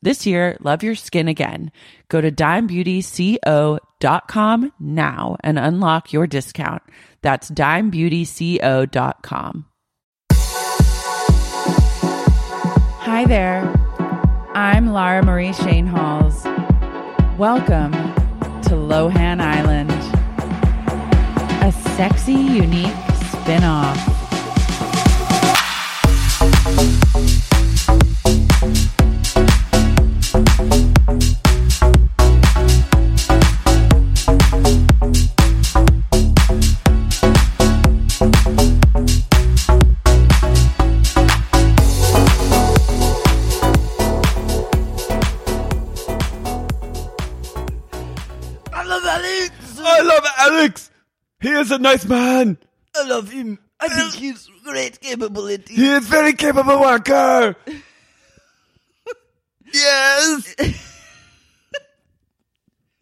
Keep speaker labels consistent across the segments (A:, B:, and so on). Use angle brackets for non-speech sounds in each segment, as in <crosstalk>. A: This year, love your skin again. Go to dimebeautyco.com now and unlock your discount. That's dimebeautyco.com.
B: Hi there. I'm Lara Marie Shane Halls. Welcome to Lohan Island, a sexy, unique spin off.
C: I love Alex.
D: I love Alex! He is a nice man!
C: I love him. I think he's great capability.
D: He is very capable worker!
C: <laughs> Yes.
A: <laughs>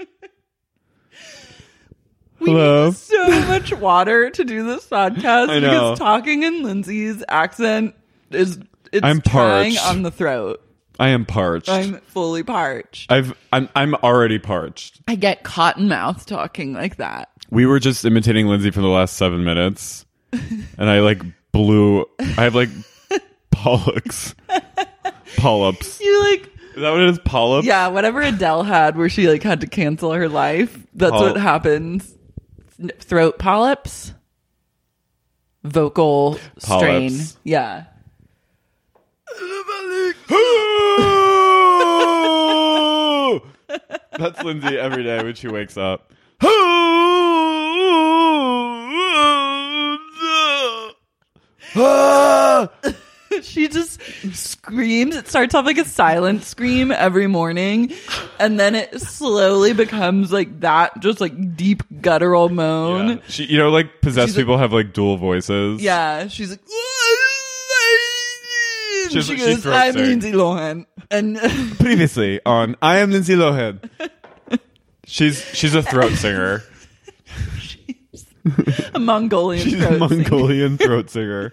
A: We
D: Hello.
A: need so much water to do this podcast
D: I know.
A: because talking in Lindsay's accent is it's
D: I'm
A: trying
D: parched.
A: on the throat.
D: I am parched.
A: I'm fully parched.
D: I've I'm I'm already parched.
A: I get cotton mouth talking like that.
D: We were just imitating Lindsay for the last
A: <laughs>
D: seven minutes, and I like blew. I have like pollux,
A: <laughs>
D: polyps.
A: You like
D: Is that what it is? Polyps.
A: Yeah, whatever Adele had where she like had to cancel her life. That's
D: Poly-
A: what happens. N- Throat polyps, vocal strain.
D: Polyps.
A: Yeah.
D: <laughs> That's Lindsay every day when she wakes up.
A: she just screams. It starts off like a silent scream every morning, and then it slowly becomes like that, just like deep guttural moan.
D: Yeah. She, you know, like possessed
A: She's like-
D: people have like dual voices.
A: Yeah, she's like, "What?"
D: She's-
A: she
D: she
A: goes,
D: throat
A: "I'm
D: sings.
A: Lindsay Lohan," and <laughs>
D: Previously on I am Lindsay Lohan. She's she's a throat singer.
A: a Mongolian
D: She's
A: throat
D: a
A: singing.
D: Mongolian throat singer.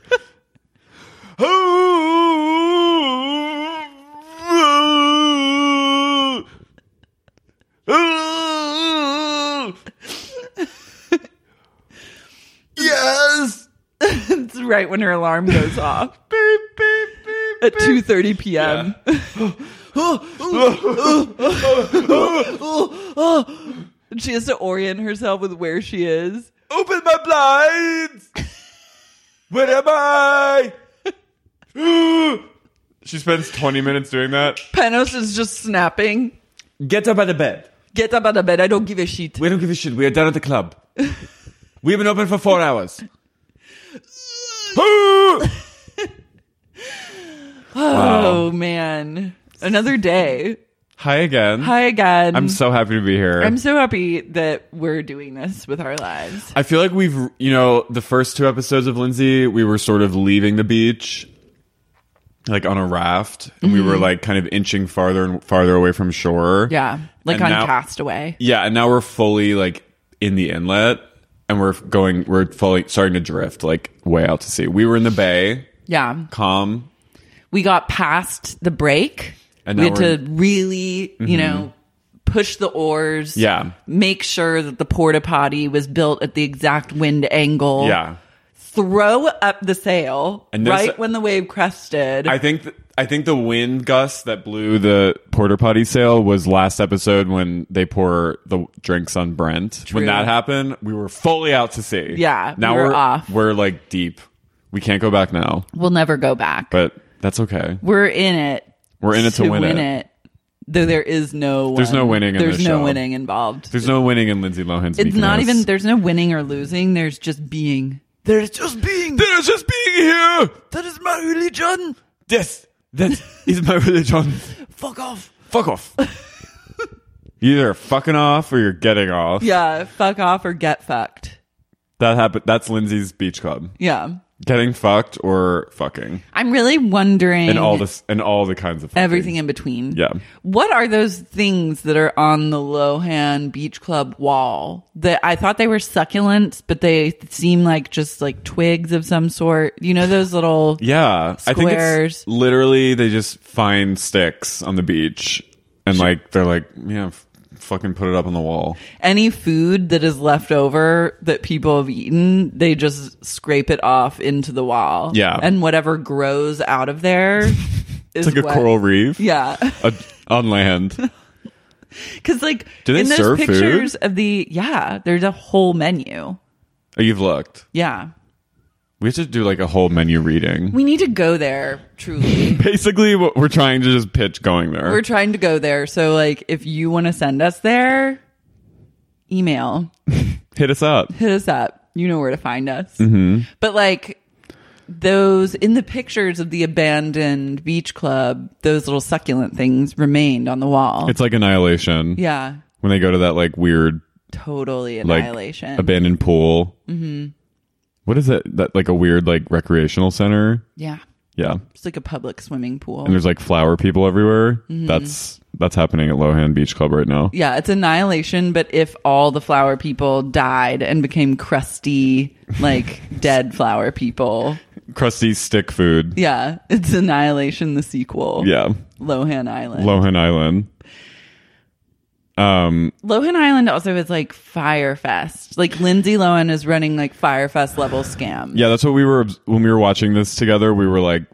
A: Yes, it's <laughs> right when her alarm goes off. beep beep
E: Uh,
A: beep.
D: <laughs>
A: At two thirty p.m. And <laughs> she has to orient herself with where she is.
D: Open my blinds. Where am
E: <laughs>
D: I? she spends 20 minutes doing that.
A: Panos is just snapping.
E: Get up out of bed.
A: Get up out of bed. I don't give a shit.
E: We don't give a shit. We are done at the
A: <laughs>
E: club. We've been open for four hours.
A: Oh man, another day.
D: <laughs> Hi again.
A: Hi again.
D: I'm so happy to be here.
A: I'm so happy that we're doing this with our lives.
D: I feel like we've, you know, the first two episodes of Lindsay, we were sort of leaving the beach, like on a raft, and we were like kind of inching farther and farther away from shore.
A: Mm-hmm. Yeah, like
D: And
A: on
D: now-
A: Castaway.
D: Yeah, and now we're fully like in the inlet, and we're going, we're fully starting to drift like way out to sea. We were in the bay,
A: Yeah,
D: calm.
A: we got past the break.
D: And
A: we
D: now
A: had to
D: we're- Mm-hmm.
A: really, you know, push the oars.
D: Yeah.
A: make sure that the porta potty was built at the exact wind angle.
D: Yeah,
A: throw up the sail
D: And there's-
A: right when the wave crested.
D: I think. Th- I think the wind gust that blew the porter potty sail was last episode when they pour the drinks on Brent. When that happened, we were fully out to sea.
A: Yeah,
D: now
A: we were
D: we're,
A: off.
D: We're like deep. We can't go back now,
A: we'll never go back.
D: but that's okay.
A: we're in it.
D: We're in it to, win, it.
A: Though there is no.
D: There's
A: um,
D: no winning in
A: There's
D: this
A: no
D: show.
A: winning involved.
D: There's no winning in Lindsay Lohan's.
A: it's not
D: Mykonos.
A: even. There's no winning or losing. There's just being.
C: There's just being.
D: There's just being here.
C: That is my religion.
D: Yes, that is
A: <laughs>
D: my religion.
C: Fuck off.
D: Fuck off. You're either fucking off or you're getting off.
A: Yeah. Fuck off or get fucked.
D: That happened. That's Lindsay's beach club.
A: Yeah.
D: Getting fucked or fucking.
A: I'm really wondering.
D: and all this and all the kinds of fucking.
A: Everything in between.
D: Yeah.
A: What are those things that are on the Lohan Beach Club wall that I thought they were succulents, but they seem like just like twigs of some sort? You know, those little.
D: Yeah, I think
A: Squares.
D: it's literally they just find sticks on the beach and like they're like, yeah, f- fucking put it up on the wall.
A: Any food that is left over that people have eaten, they just scrape it off into the wall.
D: Yeah.
A: And whatever grows out of
D: <laughs>
A: there is
D: It's like a
A: what-
D: coral reef.
A: Yeah. <laughs>
D: A, on land.
A: Because, like,
D: Do they
A: in those
D: serve food?
A: pictures of the. Yeah, there's a whole menu.
D: Oh, you've looked.
A: Yeah.
D: We have to do like a whole menu reading.
A: We need to go there,
D: <laughs>
A: truly.
D: Basically, what we're trying to just pitch going there.
A: We're trying to go there. So, like, if you want to send us there, email,
D: Hit us up.
A: hit us up. You know where to find us. Mm-hmm. But, like, those in the pictures of the abandoned beach club, those little succulent things remained on the wall.
D: It's like annihilation.
A: yeah,
D: When they go to that like weird
A: totally
D: like
A: annihilation.
D: abandoned pool. Mm-hmm. is it? That like a weird like recreational center.
A: yeah,
D: Yeah.
A: it's like a public swimming pool.
D: and there's like flower people everywhere. That's that's happening at Lohan Beach Club right now.
A: Mm-hmm. Yeah, it's annihilation, but if all the flower people died and became crusty,
D: <laughs>
A: like dead flower people,
D: Crusty stick food.
A: yeah, it's Annihilation, the sequel.
D: Yeah.
A: Lohan Island.
D: Lohan Island. Um
A: Lohan Island also is like Firefest. Like Lindsay Lohan is running like Firefest level scam.
D: yeah, that's what we were when we were watching this together, we were like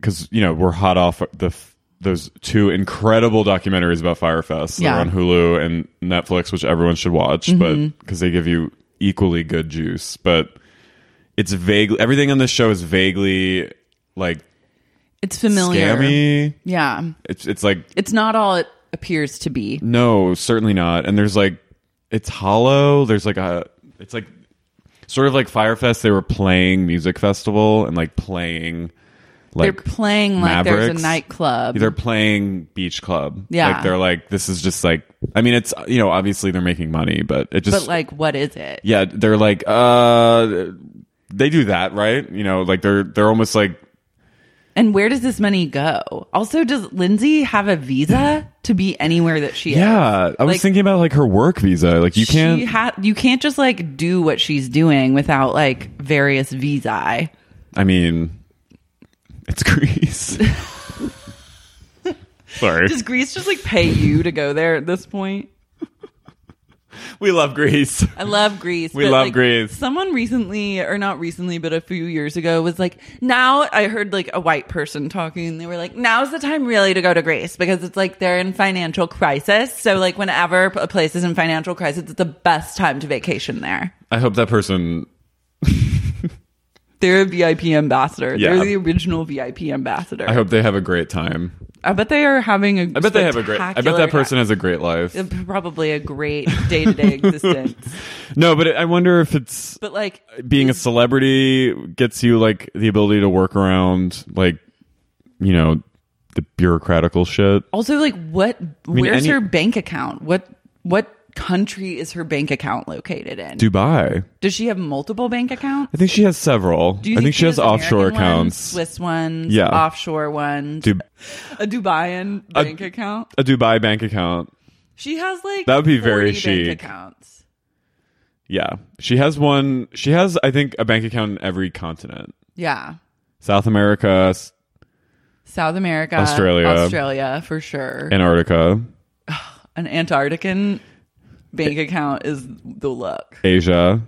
D: cuz you know, we're hot off the f- those two incredible documentaries about Firefest that
A: Yeah. Mm-hmm.
D: are on Hulu and Netflix which everyone should watch, but cuz they give you equally good juice, but it's vaguely everything on this show is vaguely like
A: It's familiar.
D: scammy.
A: Yeah.
D: It's it's like
A: It's not all it appears to be.
D: No, certainly not. And there's like it's hollow. There's like a it's like sort of like Firefest. They were playing music festival and like playing like
A: they're playing like there's
D: Mavericks.
A: a nightclub.
D: They're playing beach club.
A: Yeah.
D: Like they're like, this is just like, I mean, it's, you know, obviously they're making money, but it just,
A: but like, what is it?
D: yeah, they're like, uh, they do that, right? You know, like they're, they're almost like,
A: And where does this money go? Also, does Lindsay have a
D: <sighs>
A: visa to be anywhere that she is?
D: yeah, I was
A: Like-
D: thinking about like her work visa. Like you
A: She
D: can't,
A: ha- you can't just like do what she's doing without like various visa.
D: I mean, it's <laughs> Greece. Sorry.
A: Does Greece just like pay you to go there at this point?
D: we love Greece.
A: I love Greece.
D: We
A: but,
D: love
A: like,
D: Greece.
A: Someone recently, or not recently, but a few years ago, was like, now I heard like a white person talking, and they were like, now's the time really to go to Greece because it's like they're in financial crisis. So, like, whenever a place is in financial crisis, it's the best time to vacation there.
D: I hope that person,
A: They're a VIP ambassador.
D: Yeah.
A: They're the original VIP ambassador.
D: I hope they have a great time.
A: I bet they are having a.
D: I bet they have a great, I bet that person has a great life.
A: probably a great day to
D: <laughs>
A: day existence.
D: No, but it, I wonder if it's
A: But like,
D: being a celebrity gets you like the ability to work around like you know the bureaucratical shit.
A: also like, what?
D: mean,
A: where's
D: any-
A: her bank account? What? What country is her bank account located in?
D: Dubai.
A: Does she have multiple bank accounts?
D: I think she has several.
A: Do you
D: I think she has
A: American
D: offshore
A: ones,
D: accounts.
A: Swiss ones,
D: Yeah.
A: offshore ones,
D: Du-
A: a Dubaian
D: A-
A: bank account.
D: a Dubai bank account.
A: She has like
D: That would be
A: 40
D: very
A: bank
D: chic.
A: accounts.
D: Yeah. She has one she has I think a bank account in every continent.
A: Yeah,
D: South America, S-
A: South America,
D: Australia.
A: Australia for sure.
D: Antarctica,
A: an Antarctican bank account is the look.
D: Asia.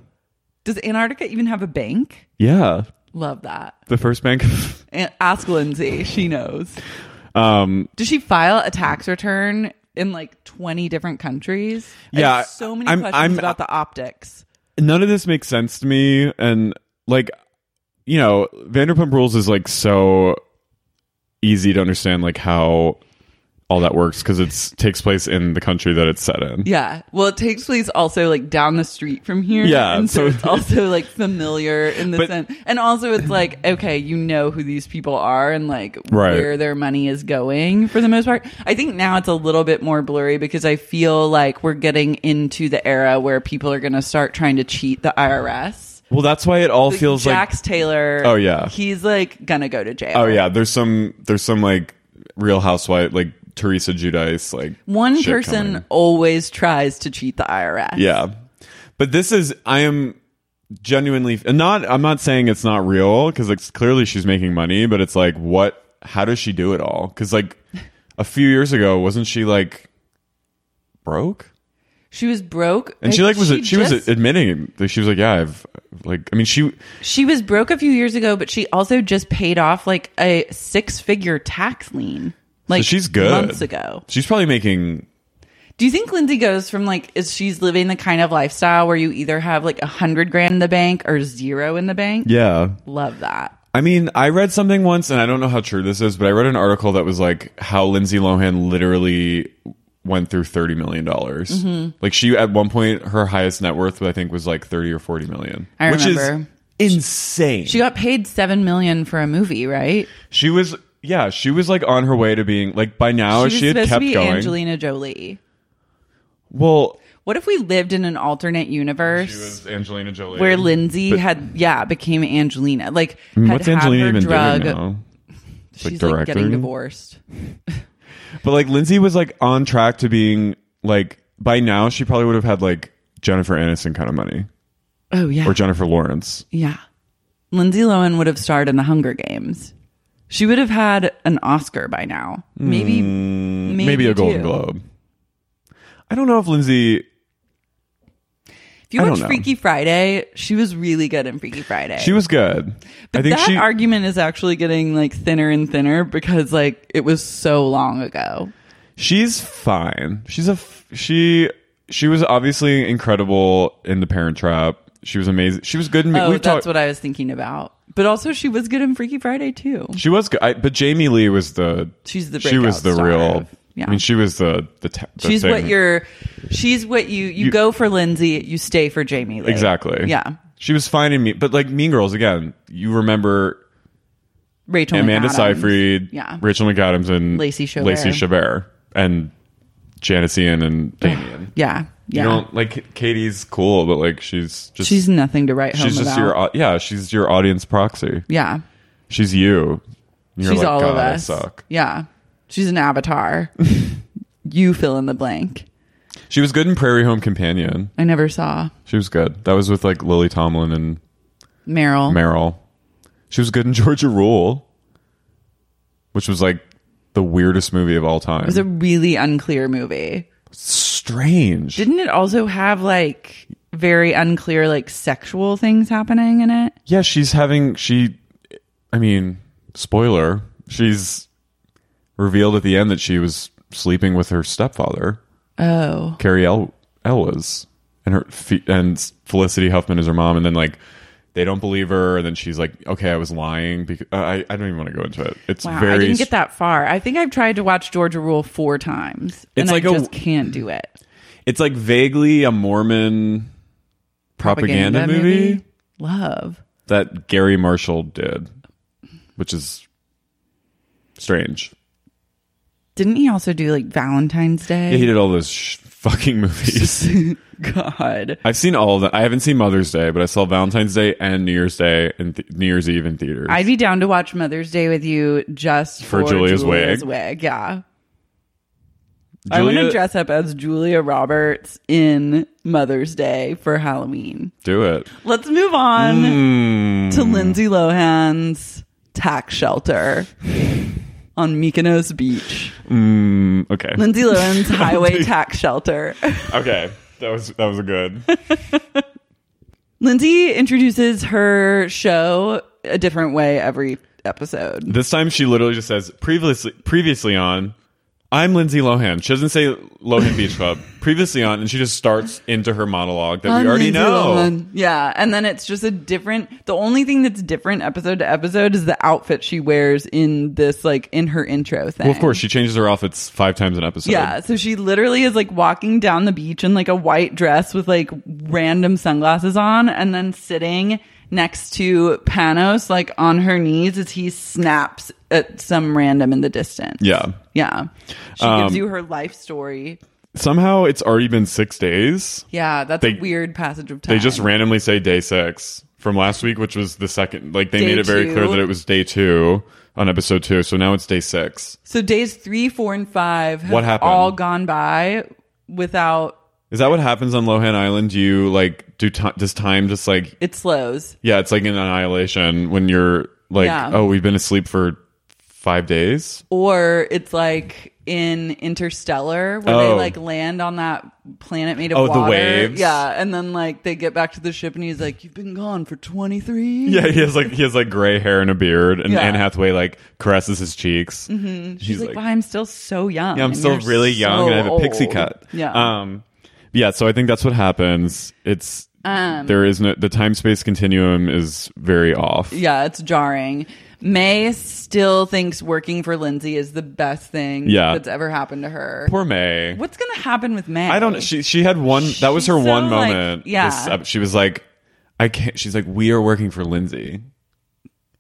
A: Does Antarctica even have a bank?
D: Yeah.
A: Love that.
D: The first bank.
A: A- Ask Lindsay. She knows.
D: um
A: Does she file a tax return in like 20 different countries? I
D: Yeah,
A: have so many
D: I'm-
A: questions
D: I'm-
A: about the optics.
D: none of this makes sense to me and like you know vanderpump rules is like so easy to understand like how all that works because it's takes place in the country that it's set in
A: Yeah. Well, it takes place also like down the street from here.
D: Yeah,
A: And so,
D: so-
A: it's also like familiar in the
D: But-
A: sense. And also it's like, okay, you know who these people are and like
D: Right.
A: where their money is going for the most part. I think now it's a little bit more blurry because I feel like we're getting into the era where people are going to start trying to cheat the IRS.
D: well that's why it all
A: Like,
D: feels
A: Jax Taylor.
D: Oh, yeah.
A: He's like going to go to jail.
D: like oh yeah there's some there's some like real housewife like teresa judice like
A: One
D: shit
A: person
D: coming.
A: always tries to cheat the IRS.
D: yeah but this is i am genuinely and not i'm not saying it's not real because it's clearly she's making money but it's like what how does she do it all because like a few years ago wasn't she like broke
A: She was broke.
D: and she like was she, was
A: just-
D: admitting like, she was like yeah i've like i mean she
A: She was broke a few years ago, but she also just paid off like a six figure tax lien. Like
D: so she's good
A: months ago.
D: she's probably making
A: Do you think Lindsay goes from like is she's living the kind of lifestyle where you either have like a hundred grand in the bank or zero in the bank?
D: yeah
A: Love that.
D: I mean, I read something once, and I don't know how true this is, but I read an article that was like how Lindsay Lohan literally went through thirty million dollars.
A: Mm-hmm.
D: Like she, at one point, her highest net worth, I think, was like thirty or forty million,
A: I
D: which
A: remember.
D: is insane.
A: She got paid seven million for a movie, right?
D: she was, yeah, she was like on her way to being like by now
A: was
D: Oh, she, had
A: supposed
D: kept
A: to be
D: going.
A: Angelina Jolie.
D: Well,
A: What if we lived in an alternate universe?
D: she was Angelina Jolie.
A: where Lindsay
D: But-
A: had yeah became Angelina like
D: I mean,
A: had
D: what's
A: had
D: Angelina
A: her
D: even
A: drug
D: doing now?
A: she's
D: like,
A: like getting
D: directing?
A: divorced
D: But like Lindsay was like on track to being like by now she probably would have had like Jennifer Aniston kind of money.
A: oh yeah
D: or Jennifer Lawrence.
A: Yeah. Lindsay Lohan would have starred in the Hunger Games. She would have had an Oscar by now. Maybe maybe,
D: Hmm, Maybe, a Golden
A: two.
D: Globe. I don't know if Lindsay.
A: If you
D: I
A: watch
D: don't know.
A: Freaky Friday, she was really good in Freaky Friday.
D: She was good. I think
A: that
D: she.
A: argument is actually getting like thinner and thinner because like it was so long ago.
D: she's fine. She's a. f- She. She was obviously incredible in The Parent Trap. She was amazing. She was good in.
A: Oh,
D: we've
A: that's
D: talked.
A: what I was thinking about. But also she was good in Freaky Friday too.
D: she was good, I, but Jamie Lee was the.
A: She's the
D: She
A: breakout
D: was the
A: star
D: real.
A: of- yeah.
D: I mean, she was the the. ta- the
A: she's
D: thing.
A: what you're she's what you, you
D: You-
A: go for Lindsay, you stay for Jamie Lee.
D: Exactly.
A: Yeah.
D: She was fine in me, but like Mean Girls again. You remember
A: Rachel
D: Amanda
A: McAdams.
D: Seyfried,
A: Yeah.
D: Rachel McAdams, and
A: Lacey Chabert.
D: Lacey Chabert, and Janice Ian and Damien.
A: Yeah. Yeah.
D: You don't like Katie's cool, but like she's just
A: she's nothing to write home
D: she's just
A: about.
D: your au- yeah she's your audience proxy.
A: yeah.
D: She's you. And you're
A: she's
D: like,
A: all
D: God,
A: of
D: I
A: us.
D: suck.
A: Yeah. She's an
D: <laughs>
A: avatar. you fill in the blank.
D: She was good in Prairie Home Companion.
A: I never saw
D: She was good. That was with like Lily Tomlin and
A: Meryl.
D: Meryl. She was good in <laughs> Georgia Rule, which was like the weirdest movie of all time.
A: it was a really unclear movie.
D: strange.
A: Didn't it also have like very unclear like sexual things happening in it?
D: yeah, she's having she. I mean, spoiler. She's revealed at the end that she was sleeping with her stepfather,
A: Oh.
D: Carrie El- Elwes, and her fe- and Felicity Huffman is her mom, and then like. They don't believe her, and then she's like, "Okay, I was lying." Because uh, I, I don't even want to go into it. It's
A: Wow,
D: very
A: I didn't get
D: str-
A: that far. I think I've tried to watch Georgia Rule four times, and
D: It's like
A: I
D: a-
A: just can't do it.
D: It's like vaguely a Mormon propaganda,
A: Propaganda
D: movie,
A: movie? Love.
D: that Gary Marshall did, which is strange.
A: Didn't he also do like Valentine's Day?
D: Yeah, he did all those sh-
A: <laughs>
D: fucking <laughs> movies.
A: God,
D: I've seen all of them. I haven't seen Mother's Day, but I saw Valentine's Day and New Year's Day and th- New Year's Eve in theaters.
A: I'd be down to watch Mother's Day with you just
D: For
A: for,
D: Julia's wig.
A: wig. Yeah, I want to
D: Julia-
A: dress up as Julia Roberts in Mother's Day for Halloween.
D: do it.
A: Let's move on
D: Hmm.
A: to Lindsay Lohan's tax shelter on Mykonos Beach.
D: Mm, okay.
A: Lindsay Lohan's highway tax shelter.
D: <laughs> okay. That was that was
A: <laughs>
D: a good.
A: Lindsay introduces her show a different way every episode.
D: This time she literally just says previously previously on I'm Lindsay Lohan. She doesn't say Lohan Beach
A: <laughs>
D: Club. Previously on, and she just starts into her monologue that we already
A: Lindsay
D: know.
A: Lohan. Yeah, and then it's just a different. The only thing that's different episode to episode is the outfit she wears in this, like in her intro thing.
D: Well, of course, she changes her outfits five times an episode.
A: Yeah, so she literally is like walking down the beach in like a white dress with like random sunglasses on and then sitting next to Panos like on her knees as he snaps at some random in the distance.
D: Yeah.
A: Yeah. She
D: Um,
A: gives you her life story.
D: Somehow it's already been six days.
A: Yeah, that's
D: they-
A: a weird passage of time.
D: They just randomly say day six from last week, which was the second. Like, they
A: Day
D: made it very clear
A: two.
D: that it was day two on episode two. So now it's day six.
A: So days 3, 4 and 5 have
D: What happened?
A: all gone by without
D: Is that what happens on Lohan Island? Do you, like, do ti does time just, like,
A: it slows.
D: yeah, it's like an annihilation when you're like,
A: Yeah.
D: oh, we've been asleep for five days?
A: Or it's like in Interstellar where they
D: Oh.
A: like land on that planet made of
D: Oh, the
A: water.
D: waves.
A: Yeah, and then like they get back to the ship and he's like, "You've been gone for twenty three.
D: Yeah, he has like he has like gray hair and a beard, and
A: Mm-hmm. Yeah. Mm-hmm.
D: Anne Hathaway like caresses his cheeks.
A: she's like, "Why I'm still so young.
D: Yeah, I'm
A: and
D: still
A: you're
D: really young
A: so
D: and I have a pixie
A: old."
D: cut.
A: Yeah,
D: Um yeah, so I think that's what happens. It's
A: Um,
D: there is no the time space continuum is very off.
A: yeah, it's jarring. May still thinks working for Lindsay is the best thing
D: Yeah.
A: that's ever happened to her.
D: Poor May.
A: What's gonna happen with May?
D: I don't she she had one that was her
A: She's so,
D: one
A: like,
D: moment.
A: yeah.
D: this ep- she was like I can't she's like we are working for Lindsay.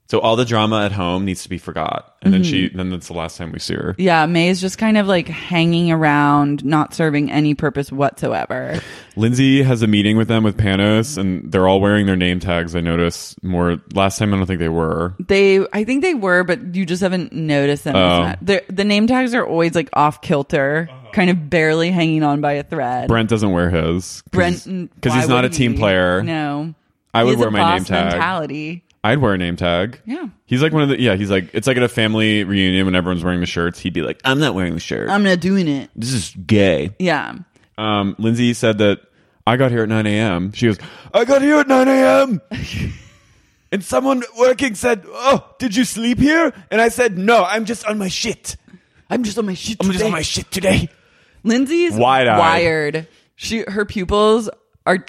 D: So all the drama at home needs to be forgot. And then
A: Mm-hmm.
D: she then that's the last time we see her.
A: Yeah, May is just kind of like hanging around, not serving any purpose whatsoever.
D: Lindsay has a meeting with them with Panos and they're all wearing their name tags, I notice more last time I don't think they were.
A: They, I think they were, but you just haven't noticed them. as
D: Oh.
A: much. They're- The name tags are always like off kilter, kind of barely hanging on by a thread.
D: Brent doesn't wear his.
A: Brent, mm,
D: because he's
A: why
D: not a
A: would
D: team
A: he?
D: player.
A: No,
D: I
A: He
D: would
A: has
D: wear
A: a
D: my name
A: boss
D: tag.
A: Mentality.
D: I'd wear a name tag.
A: Yeah.
D: He's like one of the yeah. He's like it's like at a family reunion when everyone's wearing the shirts. He'd be like, I'm not wearing the shirt.
A: I'm not doing it.
D: this is gay.
A: Yeah,
D: Um, Lindsay said that I got here at 9 a.m. She goes, I got here at 9 <laughs> a.m. and someone working said, Oh, did you sleep here? And I said, No, I'm just on my shit.
A: I'm just on my shit.
D: I'm just on my shit today.
A: Lindsay's
D: Wide-eyed.
A: wired. She, her pupils are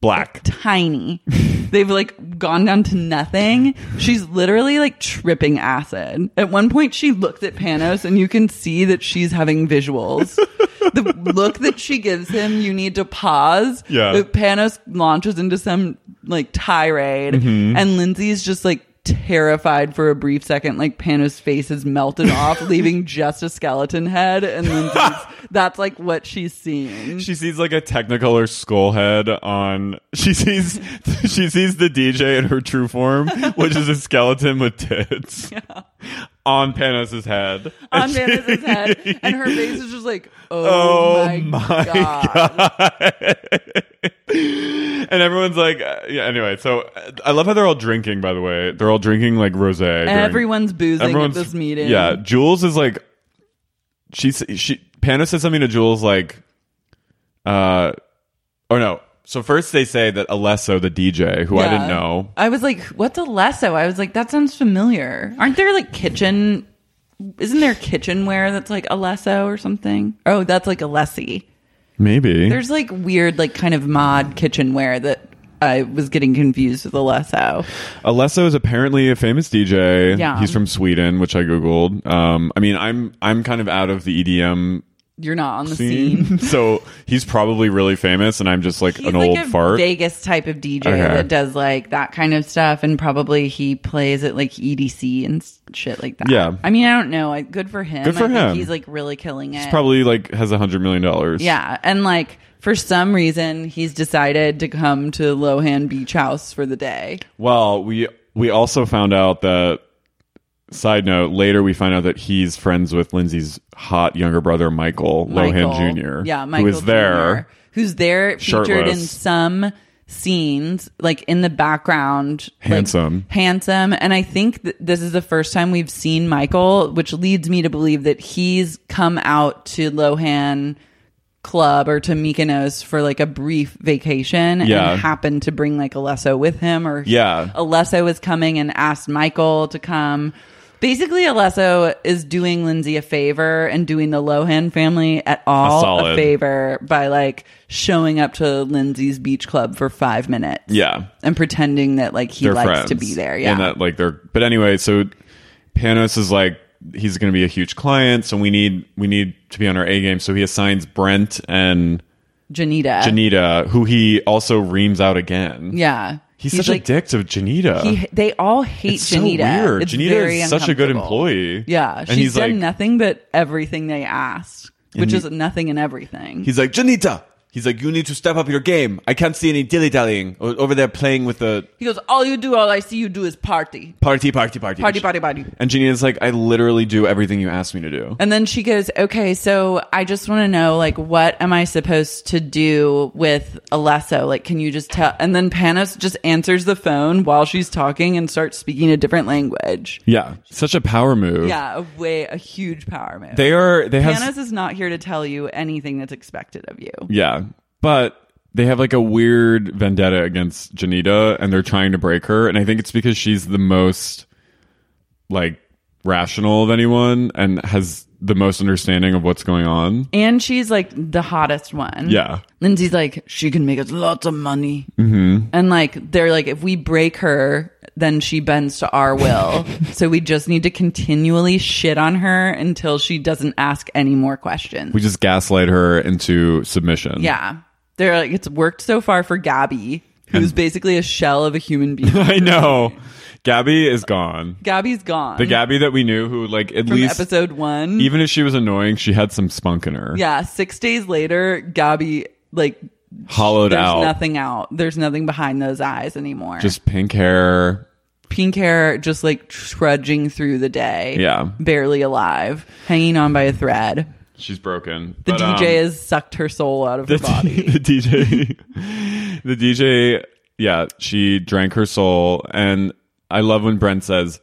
D: Black.
A: tiny. They've like gone down to nothing. She's literally like tripping acid. At one point, she looks at Panos and you can see that she's having visuals. the look that she gives him, you need to pause.
D: Yeah.
A: But Panos launches into some like tirade and Lindsay's just like terrified for a brief second. Like Pano's face is melted off, leaving just a skeleton head, and then that's- that's like what she's seeing.
D: She sees like a Technicolor skull head on. <laughs> She sees she sees the DJ in her true form, which is a skeleton with tits on Panos's head.
A: on Vanessa's <laughs> head, and her face is just like, oh,
D: Oh
A: my,
D: <laughs> my
A: god.
D: <laughs> and everyone's like, uh, yeah. Anyway, so uh, I love how they're all drinking. By the way, they're all drinking like rosé. during-
A: Everyone's boozing at this meeting.
D: Yeah, Jules is like, she's she. Pano says something to Jules like, uh, oh no. So first they say that Alesso, the DJ, who I didn't
A: Yeah.
D: know,
A: I was like, what's a lasso? I was like, that sounds familiar. Aren't there like kitchen? Isn't there kitchenware that's like a lasso or something? Oh, that's like a lessie.
D: maybe
A: There's like weird, like kind of mod kitchenware that I was getting confused with a lasso.
D: Alesso is apparently a famous DJ.
A: Yeah.
D: he's from Sweden, which I googled. Um, I mean, I'm I'm kind of out of the EDM
A: You're not on the scene.
D: scene, <laughs> so he's probably really famous, and I'm just like
A: He's
D: an
A: like
D: old
A: a
D: fart.
A: Vegas type of DJ
D: Okay.
A: that does like that kind of stuff, and probably he plays at like EDC and s- shit like that.
D: Yeah.
A: I mean, I don't know. I, good for him.
D: Good for
A: I think
D: him.
A: he's like really killing it.
D: He's probably like has a hundred million dollars.
A: yeah, and like for some reason he's decided to come to Lohan Beach House for the day.
D: Well, we we also found out that side note later we find out that he's friends with Lindsay's hot younger brother Michael, Lohan
A: Michael-
D: Jr.
A: Yeah, Michael
D: who is there.
A: Jr., who's there featured in
D: Shirtless.
A: some scenes, like in the background, like,
D: Handsome.
A: handsome. And I think th- this is the first time we've seen Michael, which leads me to believe that he's come out to Lohan Club or to Mykonos for like a brief vacation
D: Yeah.
A: and happened to bring like Alesso with him, or
D: Yeah.
A: Alesso is coming and asked Michael to come. Basically, Alesso is doing Lindsay a favor and doing the Lohan family at all a,
D: solid.
A: favor by like showing up to Lindsay's beach club for five minutes.
D: Yeah.
A: And pretending that like he
D: They're
A: likes
D: friends.
A: to be there. Yeah.
D: And that like they're but anyway, so Panos is like he's gonna be a huge client, so we need we need to be on our A game. So he assigns Brent and
A: Janita.
D: Janita, who he also reams out again.
A: Uh, Yeah.
D: He's, such a dick to Janita.
A: He, they all hate
D: It's so
A: Janita.
D: weird.
A: It's
D: Janita
A: very
D: is such a good
A: uncomfortable.
D: employee.
A: Yeah.
D: And
A: She's
D: he's
A: done
D: like-
A: nothing but everything they asked, which
D: he-
A: is nothing and everything.
E: He's like, Janita. He's like, you need to step up your game. I can't see any dilly dallying over there playing with the
A: He goes, All you do, all I see you do is party.
E: party, party, party,
A: Party, party, party.
D: And Janita's like, I literally do everything you asked me to do.
A: And then she goes, "Okay, so I just want to know, like, what am I supposed to do with Alesso? Like, can you just tell?" And then Panos just answers the phone while she's talking and starts speaking a different language.
D: Yeah, such a power move.
A: Yeah, a way a huge power move.
D: they are. They have.
A: Panos is not here to tell you anything that's expected of you.
D: yeah, but they have like a weird vendetta against Janita, and they're trying to break her. And I think it's because she's the most like rational of anyone, and has the most understanding of what's going on.
A: And she's like the hottest one.
D: Yeah.
A: Lindsay's like, she can make us lots of money.
D: Mm-hmm.
A: And like, they're like, if we break her, then she bends to our
D: <laughs>
A: will. so we just need to continually shit on her until she doesn't ask any more questions.
D: We just gaslight her into submission.
A: yeah. They're like, it's worked so far for Gabby, who's basically a shell of a human being.
D: <laughs> <laughs> I know. Gabby is gone.
A: Gabby's gone.
D: The Gabby that we knew, who like at
A: Mm-hmm. from
D: least
A: episode one.
D: even if she was annoying, she had some spunk in her.
A: yeah. Six days later, Gabby, like,
D: hollowed
A: there's
D: out.
A: nothing out. There's nothing behind those eyes anymore.
D: Just pink hair.
A: pink hair just like trudging through the day
D: Yeah.
A: barely alive hanging on by a thread
D: She's broken.
A: the dj has sucked her soul out of her body
D: um, <laughs> the DJ. the DJ. Yeah, she drank her soul, and I love when Brent says,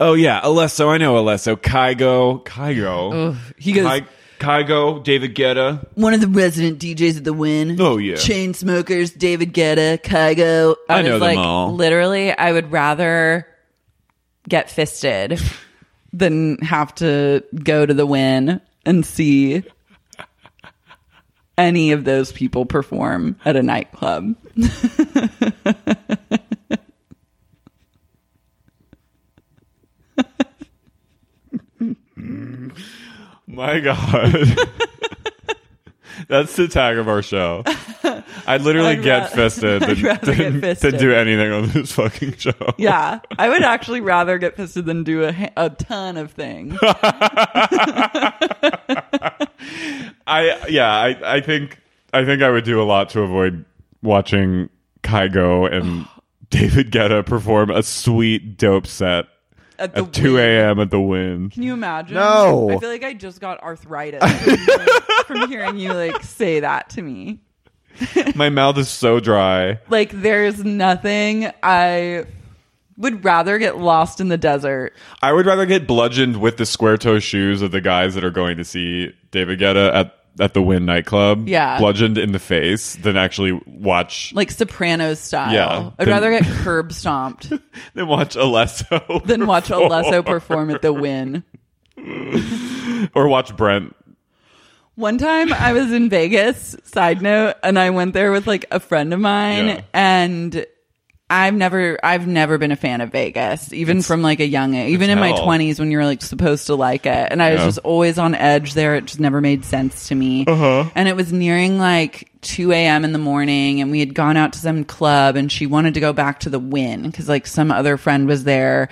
D: "Oh yeah, Alesso. I know Alesso. Kygo. Kygo.
A: he goes
D: Ky- Kygo. David Guetta.
A: one of the resident djs of the win
D: Oh, yeah.
A: chain smokers david guetta kygo
D: I know
A: was
D: them
A: like
D: all.
A: literally i would rather get fisted than have to go to the win and see any of those people perform at a nightclub
D: <laughs>
A: <laughs>
D: My God." That's the tag of our show. I'd literally
A: I'd
D: get
A: ra- <laughs>
D: fisted
A: I'd
D: than,
A: rather
D: than,
A: get fisted.
D: than do anything on this fucking show.
A: <laughs> Yeah, I would actually rather get fisted than do a, ha- a ton of
D: <laughs>
A: things.
D: I yeah, I, I think I think I would do a lot to avoid watching Kygo and David Guetta perform a sweet dope set
A: At the
D: at two AM at the Win.
A: Can you imagine?
F: No.
A: I feel like I just got arthritis from, like, from hearing you like say that to me.
D: My mouth is so dry.
A: Like there's nothing I would rather get lost in the desert.
D: I would rather get bludgeoned with the square toe shoes of the guys that are going to see David Guetta at at the Win nightclub.
A: Yeah.
D: bludgeoned in the face than actually watch
A: Like Sopranos style.
D: Yeah,
A: I'd
D: then-
A: rather
D: <laughs>
A: get curb stomped
D: than watch Alesso.
A: than watch
D: <laughs>
A: Alesso perform at the win.
D: or watch Brent.
A: One time I was in Vegas, side note, and I went there with like a friend of mine
D: Yeah.
A: and I've never I've never been a fan of Vegas, even from like a young age, even in my
D: hell.
A: 20s when you're like supposed to like it. And I was
D: Yeah.
A: just always on edge there. It just never made sense to me.
D: Uh-huh.
A: And it was nearing like 2 a.m. in the morning and we had gone out to some club and she wanted to go back to the win because like some other friend was there.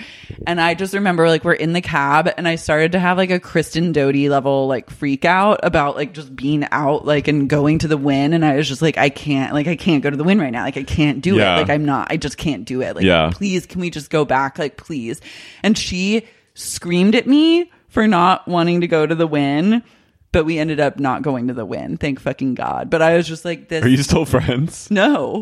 A: And I just remember like we're in the cab and I started to have like a Kristen Doty level like freak out about like just being out like and going to the win. And I was just like, I can't, like, I can't go to the win right now. Like, I can't do
D: Yeah.
A: it. Like, I'm not, I just can't do it. Like,
D: Yeah.
A: please, can we just go back? Like, please. And she screamed at me for not wanting to go to the win, but we ended up not going to the win. Thank fucking God. But I was just like, this.
D: Are you still
A: <laughs>
D: friends?
A: no.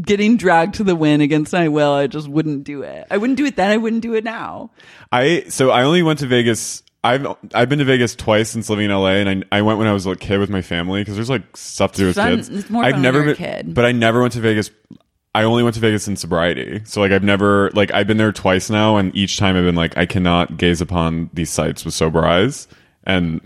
A: Getting dragged to the win against my will, I just wouldn't do it. I wouldn't do it then. I wouldn't do it now.
D: I so I only went to Vegas. I've I've been to Vegas twice since living in LA, and I, I went when I was a kid with my family because there's like stuff to do with
A: Fun-
D: kids.
A: it's more
D: I've
A: fun when
D: never
A: you're a
D: been-
A: kid.
D: but I never went to Vegas. I only went to Vegas in sobriety, so like I've never like I've been there twice now, and each time I've been like I cannot gaze upon these sights with sober eyes, and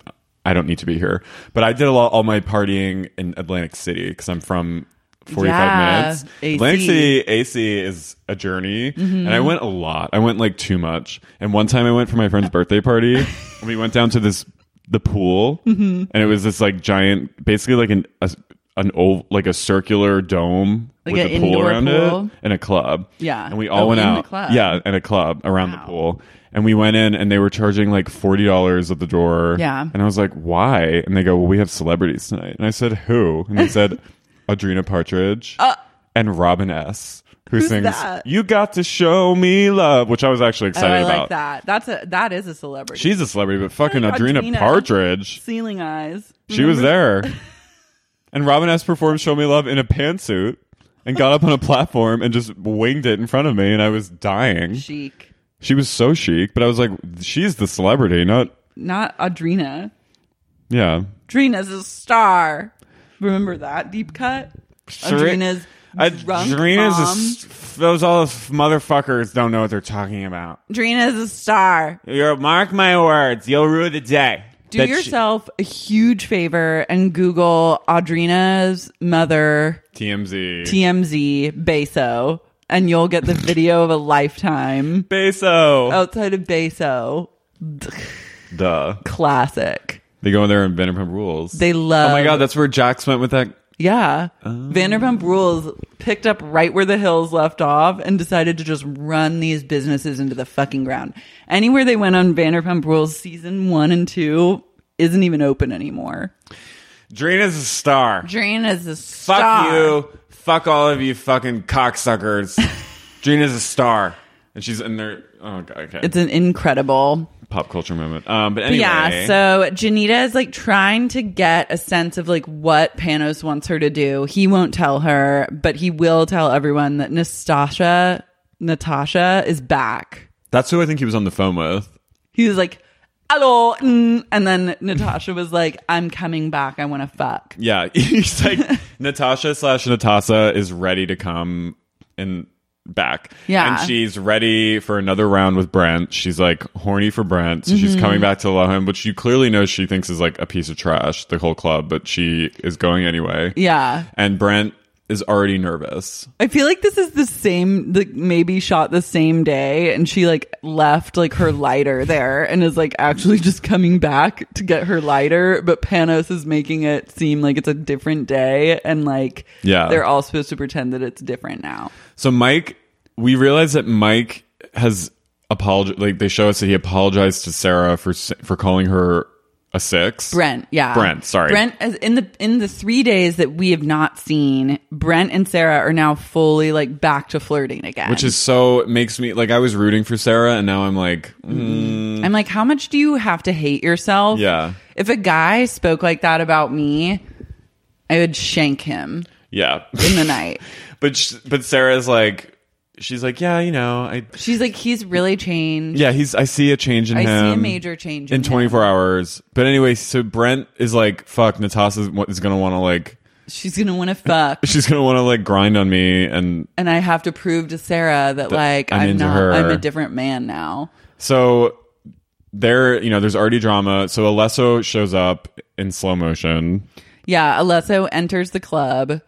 D: I don't need to be here. But I did a lot all my partying in Atlantic City because I'm from 45
A: Yeah,
D: minutes.
A: AC.
D: Atlantic City AC is a journey, and
A: Mm-hmm.
D: I went a lot. I went like too much. And one time I went for my friend's
A: <laughs>
D: birthday party, and we went down to this the pool,
A: Mm-hmm.
D: and it was this like giant, basically like an a, an oval, like a circular dome
A: Like
D: with
A: an
D: a pool
A: indoor
D: around
A: pool?
D: it and a club.
A: Yeah.
D: and we all
A: Oh,
D: went
A: in the
D: out.
A: club.
D: Yeah, and a club around the pool. And we went in and they were charging like forty dollars at the door.
A: Yeah.
D: And I was like, why? And they go, Well, we have celebrities tonight. And I said, Who? And
A: <laughs>
D: they said, Adrena Partridge and Robin S. Who
A: Uh. Who's
D: sings
A: that?
D: You Got to Show Me Love, which I was actually
A: Oh,
D: excited
A: I
D: about.
A: like that. That's a that is a celebrity.
D: She's a celebrity, but fucking
A: like Mm-hmm.
D: Adrena,
A: Audrina.
D: Partridge.
A: ceiling eyes.
D: She was there.
A: <laughs>
D: and Robin S performed Show Me Love in a pantsuit and got up on a platform and just winged it in front of me and I was dying.
A: chic,
D: She was so chic, but I was like, she's the celebrity, not
A: not Adrena.
D: yeah.
A: Adrena's a star. Remember that deep cut. Adrena's drunk
D: Uh, Adrena's
A: mom.
D: a s- those all motherfuckers don't know what they're talking about.
A: Adrena's a star.
D: You're mark my words, you'll rue the day.
A: Do
D: That she-
A: yourself a huge favor and Google Adrena's mother
D: TMZ.
A: TMZ Beso, and you'll get
D: <laughs>
A: the video of a lifetime
D: Peso.
A: outside of Beso.
D: Duh.
A: Classic.
D: They go in there and Vanderpump Rules.
A: They love.
D: oh my god, that's where Jax went with that.
A: Yeah.
D: Oh.
A: Vanderpump Rules picked up right where the hills left off and decided to just run these businesses into the fucking ground. Anywhere they went on Vanderpump Rules season one and two isn't even open anymore.
D: Drena's a star.
A: Drain is a
D: Fuck
A: star.
D: you. Fuck all of you
A: <laughs>
D: fucking cocksuckers. Drena's a star. And she's in there. Oh, God. Okay.
A: It's an incredible.
D: pop culture moment. Um, but anyway.
A: Yeah. So Janita is like trying to get a sense of like what Panos wants her to do. He won't tell her, but he will tell everyone that Nastasha, Natasha is back.
D: That's who I think he was on the phone with.
A: he was like, hello. mm," And then Natasha was like, I'm coming back. I want to fuck.
D: Yeah, <laughs>
A: <laughs>
D: he's like Natasha slash Natasa is ready to come and back.
A: Yeah.
D: and she's ready for another round with Brent. She's like horny for Brent, so
A: Mm-hmm.
D: she's coming back to Lohan, which you clearly know she thinks is like a piece of trash, the whole club, but she is going anyway.
A: Yeah.
D: and Brent is already nervous.
A: I feel like this is the same, like maybe shot the same day, and she like left like her lighter there, and is like actually <laughs> just coming back to get her lighter. But Panos is making it seem like it's a different day, and like
D: Yeah.
A: they're all supposed to pretend that it's different now.
D: So Mike, we realize that Mike has apologized. Like they show us that he apologized to Sarah for s- for calling her a six.
A: Brent, yeah,
D: Brent, sorry.
A: Brent is in the in the three days that we have not seen Brent and Sarah are now fully like back to flirting again,
D: Which is so it makes me like I was rooting for Sarah, and now I'm like, mm,
A: I'm like, how much do you have to hate yourself?
D: Yeah.
A: If a guy spoke like that about me, I would shank him
D: yeah.
A: in the night.
D: <laughs> but sh- but Sarah's like, she's like, yeah, you know, I
A: She's like, he's really changed.
D: yeah, he's I see a change in
A: I see
D: him.
A: a major change in
D: in
A: him.
D: 24 hours. But anyway, so Brent is like, fuck, Natasha is gonna want to like, <laughs>
A: She's gonna want to fuck,
D: she's gonna want to like grind on me, and
A: and I have to prove to Sarah that, like
D: I'm
A: I'm,
D: into
A: not.
D: her.
A: I'm a different man now.
D: So there, you know, there's already drama. So Alesso shows up in slow motion.
A: Yeah, Alesso enters the club,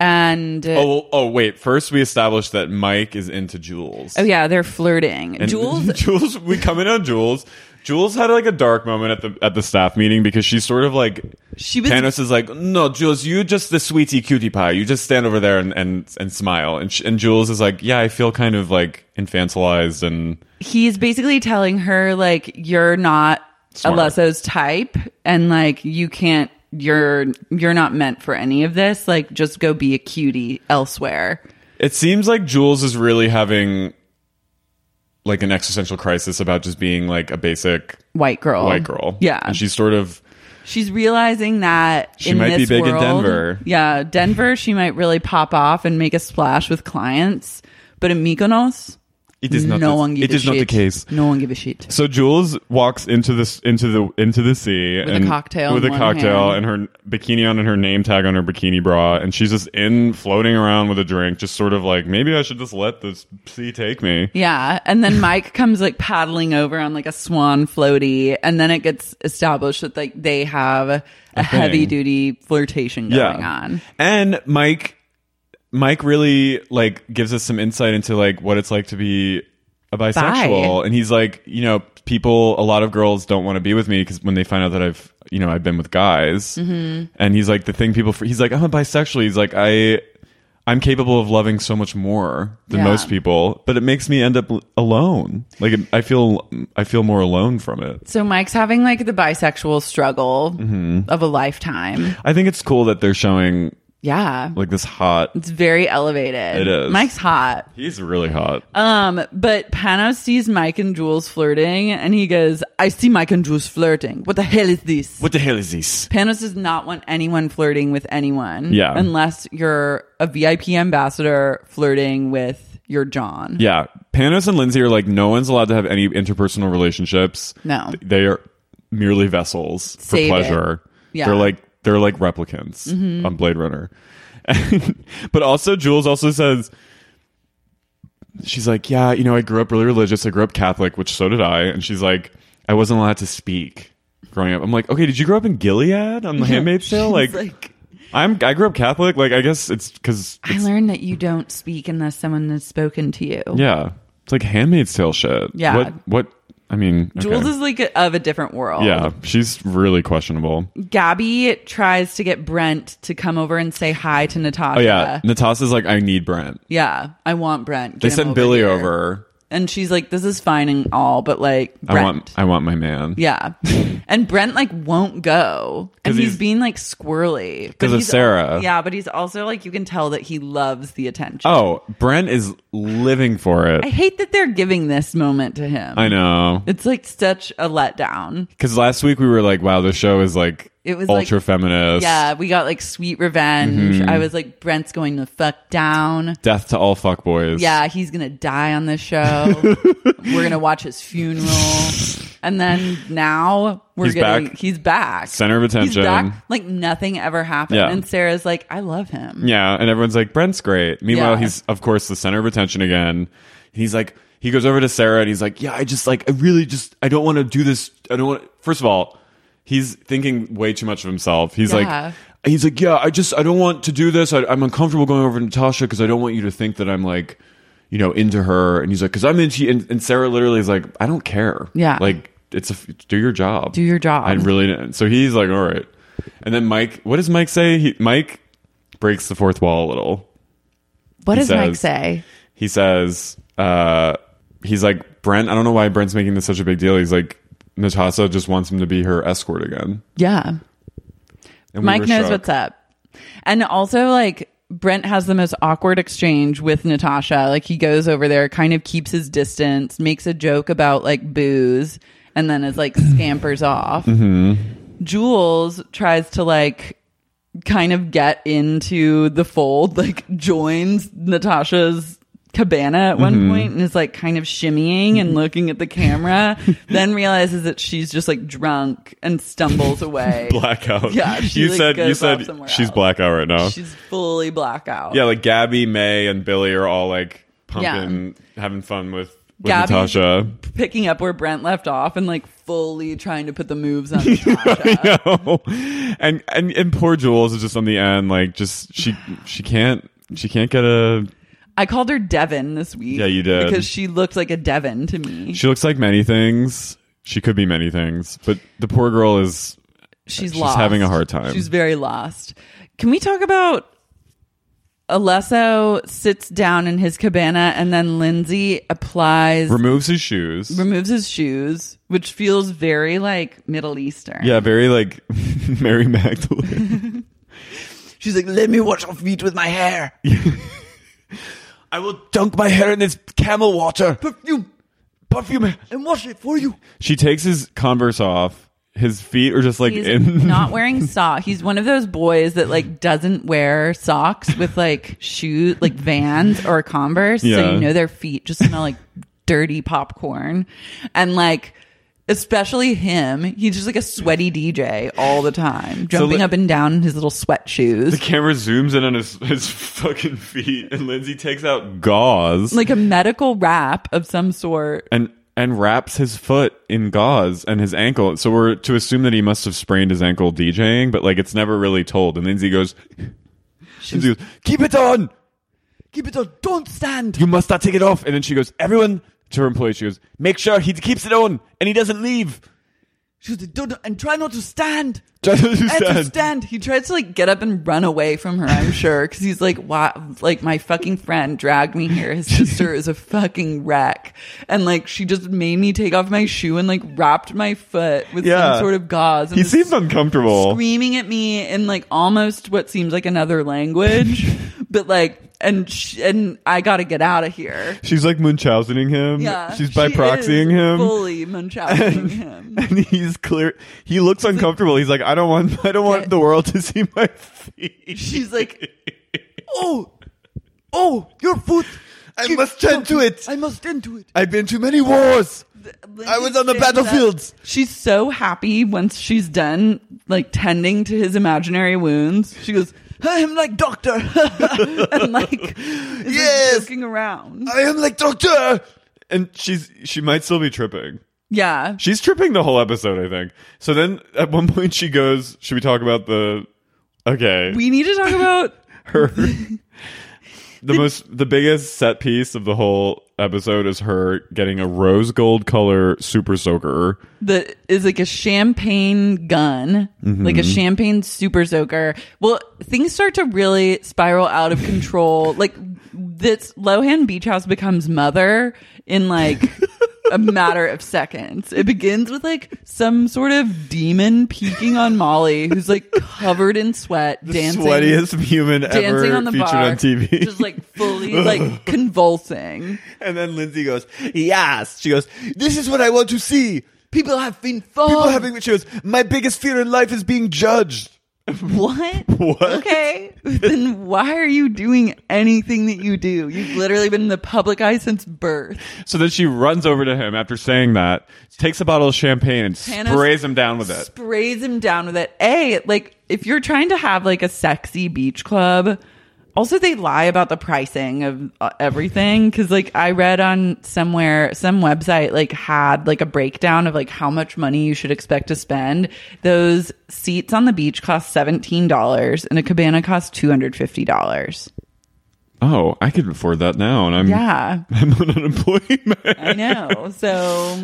A: and
D: Oh, well, oh, wait. First, we established that Mike is into Jules.
A: oh yeah, they're flirting. Jules
D: <laughs> Jules, we come in on Jules. Jules had like a dark moment at the at the staff meeting because she's sort of like
A: She was-
D: Panos is like, no, Jules, you just the sweetie cutie pie. You just stand over there and and, and smile. And sh- and Jules is like, yeah, I feel kind of like infantilized and
A: he's basically telling her like you're not
D: Smart.
A: Alesso's type and like you can't you're you're not meant for any of this like just go be a cutie elsewhere
D: It seems like Jules is really having like an existential crisis about just being like a basic
A: white girl
D: white girl.
A: Oh. yeah
D: And she's sort of
A: she's realizing that
D: She
A: in
D: might be
A: this
D: big in
A: world-
D: Denver.
A: yeah denver she might really pop off and make a splash with clients but in mykonos
D: it is not
A: no
D: the,
A: one gives
D: it
A: a
D: is not the
A: shit.
D: case.
A: no one give a shit
D: So Jules walks into this into the into the sea with
A: a cocktail
D: with a
A: in one
D: cocktail
A: hand.
D: and her bikini on and her name tag on her bikini bra and she's just in floating around with a drink just sort of like maybe I should just let the sea take me.
A: Yeah. And
D: <laughs>
A: then Mike comes like paddling over on like a swan floaty. And then it gets established that like they have a, heavy duty flirtation going on.
D: And Mike Mike really like gives us some insight into like what it's like to be a bisexual and he's like, you know, people a lot of girls don't want to be with me cuz when they find out that I've, you know, I've been with guys.
A: Mm-hmm.
D: And he's like the thing people he's like I'm a bisexual. He's like I I'm capable of loving so much more than
A: Yeah.
D: most people, but it makes me end up l- alone. Like it, I feel I feel more alone from it.
A: So Mike's having like the bisexual struggle
D: Mm-hmm.
A: of a lifetime.
D: I think it's cool that they're showing
A: Yeah.
D: like this hot.
A: It's very elevated.
D: It is.
A: Mike's hot.
D: He's really hot.
A: Um, but Panos sees Mike and Jules flirting and he goes, I see Mike and Jules flirting. What the hell is this?
D: what the hell is this?
A: Panos does not want anyone flirting with anyone.
D: Yeah.
A: Unless you're a VIP ambassador flirting with your John.
D: Yeah, Panos and Lindsay are like no one's allowed to have any interpersonal relationships.
A: No.
D: Th- they are merely vessels for
A: Save it.
D: pleasure.
A: Yeah. Mm-hmm.
D: they're like they're like replicants on Blade Runner. <laughs> but also, Jules also says she's like, yeah, you know, I grew up really religious. I grew up Catholic, which so did I. And she's like, I wasn't allowed to speak growing up. I'm like, okay, did you grow up in
A: <laughs>
D: Gilead on The Handmaid's Tale? Like,
A: like-
D: I'm I grew up Catholic. Like, I guess it's because
A: I learned that you don't speak unless someone has spoken to you.
D: yeah, it's like Handmaid's Tale shit.
A: Yeah.
D: What? What? I mean, okay.
A: Jules is like a, of a different world.
D: Yeah, she's really questionable.
A: Gabby tries to get Brent to come over and say hi to Natasha.
D: Oh yeah, Natasha's like, I need Brent.
A: Yeah. I want Brent.
D: They
A: Get him
D: sent Billy
A: here.
D: over.
A: And she's like, this is fine and all, but like, Brent.
D: I want, I want my man.
A: yeah. and Brent like won't go. And
D: 'Cause
A: he's,
D: he's-
A: being like squirrely. But
D: 'Cause of
A: he's al-
D: Sarah.
A: yeah, but he's also like you can tell that he loves the attention.
D: Oh, Brent is living for it.
A: I hate that they're giving this moment to him.
D: I know.
A: It's like such a letdown.
D: Because last week we were like, wow, the show is like
A: It was,
D: ultra
A: like-
D: feminist.
A: Yeah, we got like sweet revenge.
D: Mm-hmm.
A: I was like, Brent's going the fuck down.
D: Death to all fuckboys.
A: Yeah, he's gonna die on this
D: <laughs>
A: show. we're gonna watch his funeral. And then now we're
D: He's
A: getting
D: back.
A: he's back.
D: Center of attention.
A: He's back. Like nothing ever happened.
D: Yeah.
A: And Sarah's like, I love him.
D: Yeah, and everyone's like, Brent's great. Meanwhile,
A: Yeah.
D: he's of course the center of attention again. He's like, he goes over to Sarah and he's like, Yeah, I just like, I really just, I don't want to do this. I don't want. First of all, he's thinking way too much of himself. He's
A: Yeah.
D: like, he's like, yeah, I just I don't want to do this. I, I'm uncomfortable going over to Natasha because I don't want you to think that I'm like, you know, into her. And he's like, because I'm into. And, and Sarah literally is like, I don't care.
G: Yeah.
D: like it's a f- do your job.
G: Do your job.
D: I really didn't. So he's like, all right. And then Mike, what does Mike say? He, Mike breaks the fourth wall a little.
G: What
D: He
G: does Mike
D: says-
G: say?
D: He says, uh, he's like, Brent, I don't know why Brent's making this such a big deal. He's like, Natasha just wants him to be her escort again.
G: Yeah.
D: And we
A: Mike
D: were
A: knows
D: shocked.
A: what's up. And also, like, Brent has the most awkward exchange with Natasha. Like, he goes over there, kind of keeps his distance, makes a joke about, like, booze, and then is like scampers off. Jules tries to, like, kind of get into the fold, like, joins Natasha's cabana at one
D: Mm-hmm.
A: point and is like kind of shimmying and looking at the
D: <laughs>
A: camera then realizes that she's just like drunk and
D: <laughs>
A: stumbles away
D: blackout. <laughs>
A: Yeah, she,
D: you
A: like,
D: said you
A: goes off
D: said
A: somewhere
D: she's
A: else.
D: blackout right now.
A: She's fully blackout.
D: yeah, like Gabby, May, and Billy are all like
A: Yeah.
D: pumping, having fun with, with
A: Gabby's-
D: Natasha.
A: Picking up where Brent left off and like fully trying to put the moves
D: <laughs>
A: on Natasha.
D: no, and and and poor Jules is just on the end, like just she she can't she can't get a.
A: I called her Devin this week.
D: Yeah, you did.
A: Because she looked like a Devin to me.
D: She looks like many things. She could be many things, but the poor girl is
A: She's,
D: she's
A: lost.
D: having a hard time.
A: She's very lost. Can we talk about Alesso sits down in his cabana and then Lindsay applies,
D: removes his shoes.
A: removes his shoes, which feels very like Middle Eastern.
D: yeah, very like <laughs> Mary Magdalene.
C: <laughs> She's like, let me wash off feet with my
D: <laughs>
C: hair.
E: I will dunk my hair in this camel water.
C: Perfume
E: Perfume.
C: and wash it for you.
D: She takes his Converse off. His feet are just like
A: He's
D: in <laughs>
A: not wearing socks. He's one of those boys that like doesn't wear socks with like shoes, like Vans or Converse.
D: Yeah.
A: So you know their feet just smell like dirty popcorn, and like especially him, he's just like a sweaty DJ all the time, jumping
D: li-
A: up and down in his little sweat shoes,
D: The camera zooms in on his, his fucking feet, and Lindsay takes out gauze
A: like a medical wrap of some sort.
D: and and wraps his foot in gauze and his ankle. So we're to assume that he must have sprained his ankle DJing, but like it's never really told. And Lindsay goes, Lindsay goes, "Keep it on,
C: Keep it on. Don't stand.
D: you must not take it off." And then she goes, "Everyone." To her employee, she goes, "Make sure he keeps it on and he doesn't leave."
C: She's like, don't, and try not to stand.
D: Try to
A: I had to
D: stand.
A: stand. He tries to like get up and run away from her. I'm sure because he's like, "Wow, like my fucking friend dragged me here. His sister is a fucking wreck, and like she just made me take off my shoe and like wrapped my foot with
D: Yeah.
A: some sort of gauze." And
D: He
A: was
D: seems uncomfortable.
A: screaming at me in like almost what seems like another
D: <laughs>
A: language, but like, and sh- and I got to get out of here.
D: She's like Munchausening him.
A: Yeah,
D: She's by
A: she
D: proxying
A: is
D: him.
A: fully munchausening him.
D: <laughs> and he's clear he looks uncomfortable he's like i don't want i don't want the world to see my feet
A: She's
D: <laughs>
A: like,
C: Oh, oh, your foot.
E: I
C: Keep-
E: must tend to it.
C: I must tend to it.
E: I've been to many wars. I was on the
A: stands up.
E: battlefields.
A: She's so happy once she's done like tending to his imaginary wounds. She goes
C: I am like doctor.
A: <laughs> and like is like,
E: Yes.
A: joking around.
E: I am like doctor.
D: and she's she might still be tripping
A: Yeah.
D: she's tripping the whole episode i think so then at one point she goes should we talk about the okay
A: We need to talk about
D: her the most the biggest set piece of the whole episode is her getting a rose gold color super soaker
A: that is like a champagne gun,
D: Mm-hmm.
A: like a champagne super soaker. Well, things start to really spiral out of
D: <laughs>
A: control. like this Lohan Beach House becomes mother in like
D: <laughs>
A: a matter of seconds. It begins with like some sort of demon peeking on Molly, who's like covered in sweat, dancing.
D: sweatiest human
A: Dancing
D: ever
A: on the
D: featured
A: bar,
D: on tv
A: just like fully
D: <laughs>
A: like convulsing.
E: <laughs> And then Lindsay goes, yes. She goes, this is what I want to see.
C: People have been fun.
E: People having, she goes, my biggest fear in life is being judged.
D: <laughs>
A: What? Okay. then why are you doing anything that you do? You've literally been in the public eye since birth.
D: So then she runs over to him after saying that, takes a bottle of champagne and
A: Hannah
D: sprays him down with it.
A: Sprays him down with it. A, like, if you're trying to have like a sexy beach club, Also, they lie about the pricing of uh, everything because, like, I read on somewhere, some website, like, had like a breakdown of like how much money you should expect to spend. Those seats on the beach cost seventeen dollars, and a cabana costs two hundred fifty dollars.
D: Oh, I could afford that now, and I'm
A: Yeah,
D: <laughs> I'm on unemployment.
A: I know. So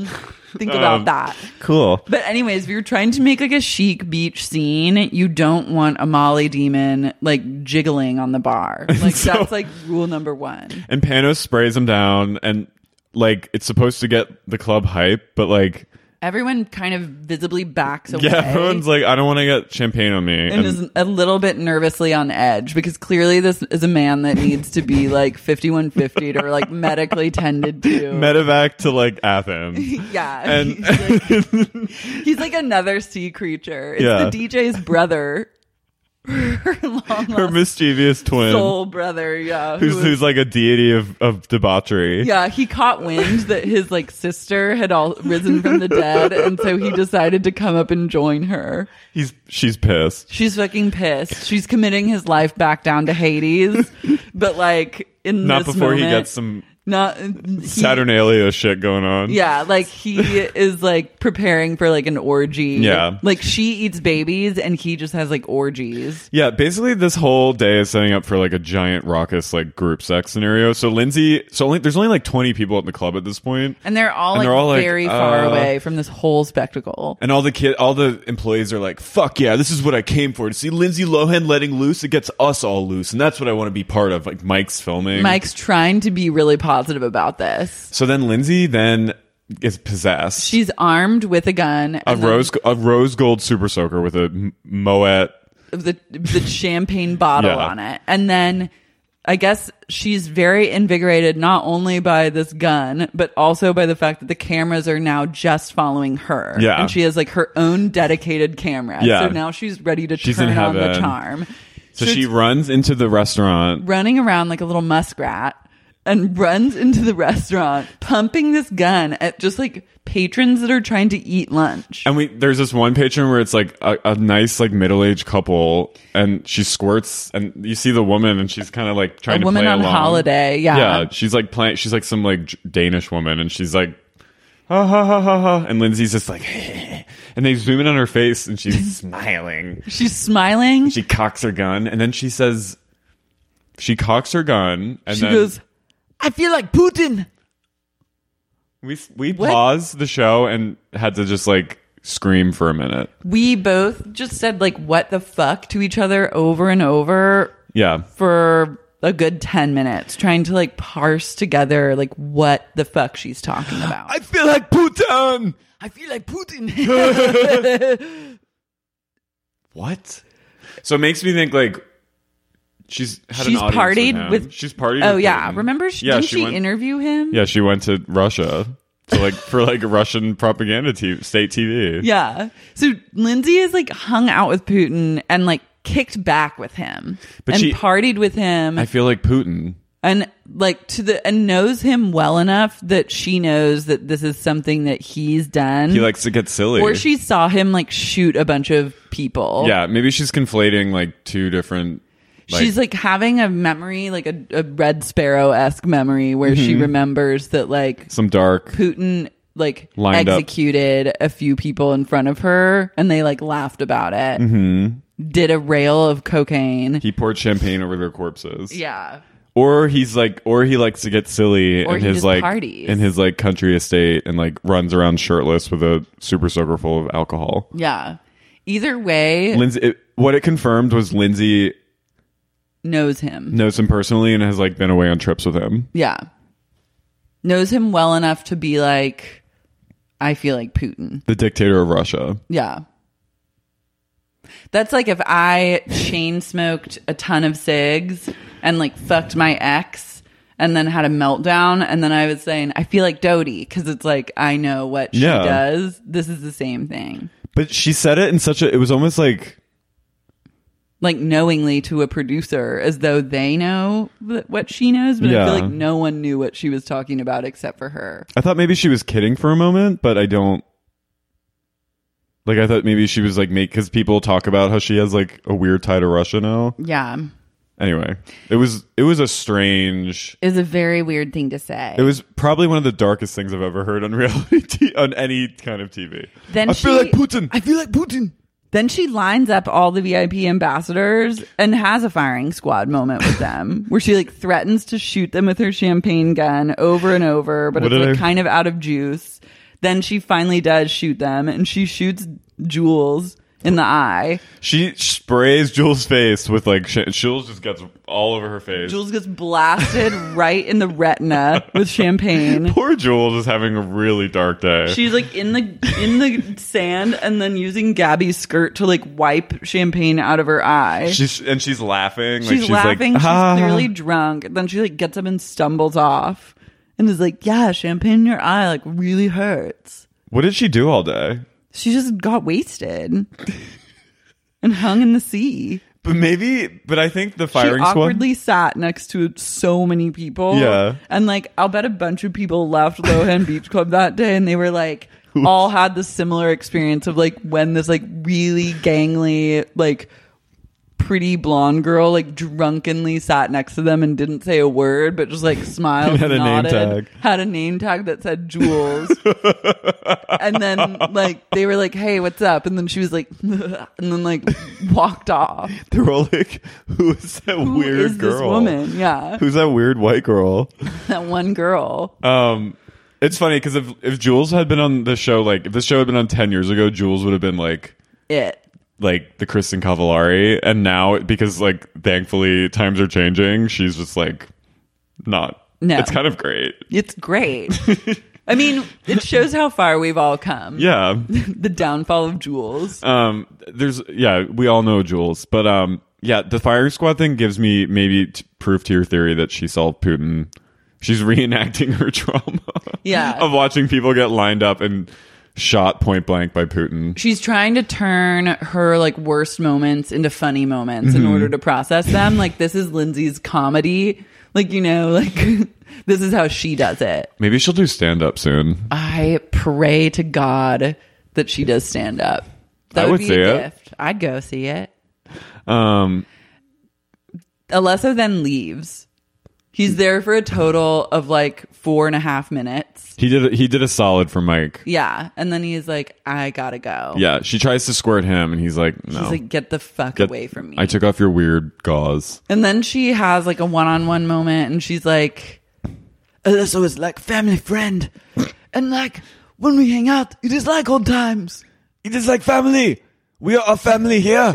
A: think
D: Um,
A: about that.
F: Cool.
A: But anyways, if you're trying to make like a chic beach scene, you don't want a Molly demon like jiggling on the
D: <laughs>
A: bar. Like
D: So-
A: that's like rule number one.
D: And Panos sprays him down, and like it's supposed to get the club hype, but like
A: Everyone kind of visibly backs away.
D: yeah, everyone's like, I don't want to get champagne on me,
A: and is a little bit nervously on edge because clearly this is a man that needs to be like 5150 or like medically
D: <laughs>
A: tended to.
D: medevac to like
A: <laughs>
D: Athens.
A: yeah.
D: And-
A: he's, like,
D: <laughs>
A: he's like another sea creature. It's
D: Yeah.
A: the DJ's brother. Her long
D: Her
A: lost
D: mischievous twin,
A: soul brother, yeah. who
D: who's,
A: was-
D: who's like a deity of, of debauchery.
A: Yeah, he caught wind that his like sister had all risen from the dead, and so he decided to come up and join her.
D: He's she's pissed.
A: She's fucking pissed. She's committing his life back down to Hades, but like in
D: Not
A: this
D: before he
A: moment-
D: gets some
A: not he-
D: Saturnalia shit going on.
A: Yeah, like he is like preparing for like an orgy.
D: Yeah.
A: like she eats babies, and he just has like orgies.
D: Yeah, basically this whole day is setting up for like a giant raucous like group sex scenario. So Lindsay, so only there's only like 20 people at the club at this point.
A: And they're all
D: And
A: like
D: they're all, like,
A: very far
D: uh,
A: away from this whole spectacle.
D: And all the kid, all the employees are like, "Fuck yeah, this is what I came for to see Lindsay Lohan letting loose. It gets us all loose, and that's what I want to be part of." Like Mike's filming.
A: Mike's trying to be really positive about this.
D: So then Lindsay then is possessed.
A: She's armed with a gun,
D: a
A: and then
D: rose, a rose gold super soaker with a m- moet.
A: the the champagne bottle
D: Yeah.
A: on it, and then I guess she's very invigorated not only by this gun, but also by the fact that the cameras are now just following her.
D: Yeah.
A: and she has like her own dedicated camera.
D: Yeah.
A: so now she's ready to
D: She's in
A: turn on the
D: heaven.
A: charm.
D: So she
A: it's
D: runs into the restaurant.
A: running around like a little muskrat. And runs into the <laughs> restaurant, pumping this gun at just like patrons that are trying to eat lunch.
D: And we there's this one patron where it's like a, a nice like middle aged couple, and she squirts, and you see the woman, and she's kind of like trying to
A: woman
D: play
A: on
D: along.
A: holiday, yeah.
D: yeah. She's like playing. She's like some like J- Danish woman, and she's like ha ha ha ha ha, and Lindsay's just like, <laughs> and they zoom in on her face,
A: <laughs>
D: and she's smiling.
A: She's smiling.
D: She cocks her gun, and then she says, she cocks her gun, and
A: she
D: then
A: goes, I feel like Putin.
D: we we paused the show and had to just like scream for a minute.
A: We both just said, like, what the fuck to each other over and over
D: Yeah.
A: for a good 10 minutes, trying to like parse together, like, what the fuck she's talking about.
D: feel like Putin.
A: I feel like <laughs> Putin.
D: What? So it makes me think like she's had
A: She's
D: an audience
A: partied
D: him.
A: with-
D: she's partied.
A: oh,
D: with
A: yeah.
D: Putin.
A: Remember, she, didn't she,
D: went,
A: interview him?
D: Yeah, she went to Russia to like for like Russian propaganda t- state TV.
A: Yeah. So Lindsay is like hung out with Putin and like kicked back with him
D: But
A: and
D: she-
A: partied with him.
D: I feel like Putin.
A: and like to the and knows him well enough that she knows that this is something that he's done
D: He likes to get silly.
A: or she saw him like shoot a bunch of people
D: Yeah, maybe she's conflating like two different. Like,
A: she's like having a memory like a, a red sparrow-esque memory where she
D: Mm-hmm.
A: remembers that like
D: some dark.
A: putin like
D: Lined up.
A: executed a few people in front of her and they like laughed about it mm-hmm. did a rail of cocaine
D: He poured champagne over their corpses.
A: yeah
D: Or he's like, or he likes to get silly
A: Or
D: in
A: he
D: his
A: just
D: like
A: parties.
D: in his like country estate and like runs around shirtless with a super soaker full of alcohol.
A: yeah either way
D: Lindsay, it, what it confirmed was Lindsay
A: knows him
D: knows him personally and has like been away on trips with him.
A: Yeah. Knows him well enough to be like, I feel like Putin.
D: The dictator of Russia.
A: Yeah. That's like if I chain smoked a ton of cigs and like fucked my ex and then had a meltdown. And then I was saying, I feel like Dodie because it's like, I know what she
D: Yeah.
A: does. This is the same thing.
D: But she said it in such a it was almost like
A: Like knowingly to a producer as though they know th- what she knows. But I
D: Yeah.
A: feel like no one knew what she was talking about except for her.
D: I thought maybe she was kidding for a moment, but I don't like I thought maybe she was like make cuz people talk about how she has like a weird tie to Russia now
A: Yeah.
D: Anyway, it was it was a strange.
B: Is a very weird thing to say.
D: It was probably one of the darkest things I've ever heard on <laughs> reality t- on any kind of TV.
A: Then
D: I feel
A: she-
D: like Putin.
A: I feel like Putin. Then she lines up all the VIP ambassadors and has a firing squad moment with
D: <laughs>
A: them where she like threatens to shoot them with her champagne gun over and over, but
D: What
A: it's
D: did
A: like
D: I-
A: kind of out of juice. Then she finally does shoot them and she shoots Jules in the eye.
D: She sprays Jules' face with like sh- Jules just gets all over her face.
A: Jules gets
D: <laughs>
A: blasted right in the retina with champagne.
D: Poor Jules is having a really dark day.
A: She's like in the in the sand and then using Gabby's skirt to like wipe champagne out of her eye.
D: she's and she's laughing. like,
A: she's, laughing.
D: Like, "Ah."
A: She's clearly drunk. Then she like gets up and stumbles off, and is like, "Yeah, champagne in your eye like really hurts."
D: What did she do all day?
A: She just got wasted and hung in the sea.
D: But maybe. But I think the firing
A: she
D: squad. <laughs>
A: awkwardly sat next to so many people.
D: Yeah.
A: and like I'll bet a bunch of people left Lohan Beach Club that day, and they were like. All had the similar experience of like when this like really gangly like pretty blonde girl like drunkenly sat next to them and didn't say a word but just like smiled
D: <laughs> Had
A: and
D: a name
A: nodded,
D: tag.
A: had a name tag that said
D: <laughs>
A: Jules and then like they were like hey what's up and then she was like <laughs> and then like walked off
D: They were all like, "Who is that
A: Who
D: weird
A: is
D: girl?
A: this woman yeah <laughs>
D: Who's that weird white girl?"
A: that one girl
D: Um, it's funny because if if Jules had been on the show, like if the show had been on ten years ago, Jules would have been like
A: it
D: like the Kristen Cavallari, and now because like thankfully times are changing, she's just like not.
A: No.
D: it's kind of great.
A: it's
D: <laughs>
A: great I mean it shows how far we've all come
D: Yeah.
A: <laughs> the downfall of Jules
D: um. There's yeah. We all know Jules, but um. Yeah, the firing squad thing gives me maybe t- proof to your theory that she saw Putin. She's <laughs> reenacting her trauma.
A: Yeah.
D: of watching people get lined up and shot point blank by Putin.
A: she's trying to turn her like worst moments into funny moments
D: Mm-hmm.
A: in order to process them. Like this is Lindsay's comedy. Like you know, like <laughs> this is how she does it.
D: Maybe she'll do stand up soon.
A: I pray to God that she does stand up. That
D: I would
A: be
D: see
A: a
D: it.
A: gift. I'd go see it.
D: Um,
A: Alesso then leaves. He's there for a total of like four and a half minutes.
D: he did he did a solid for Mike.
A: Yeah, and then he's like, "I gotta go."
D: Yeah, she tries to squirt him, and he's like, "No,
A: She's like, "Get the fuck
D: Get-
A: away from me."
D: I took off your weird gauze."
A: And then she has like a one on one moment and she's like,
C: Alyssa is like family friend. And like when we hang out, it is like old times.
E: It is like family. We are a
C: <laughs>
E: family here.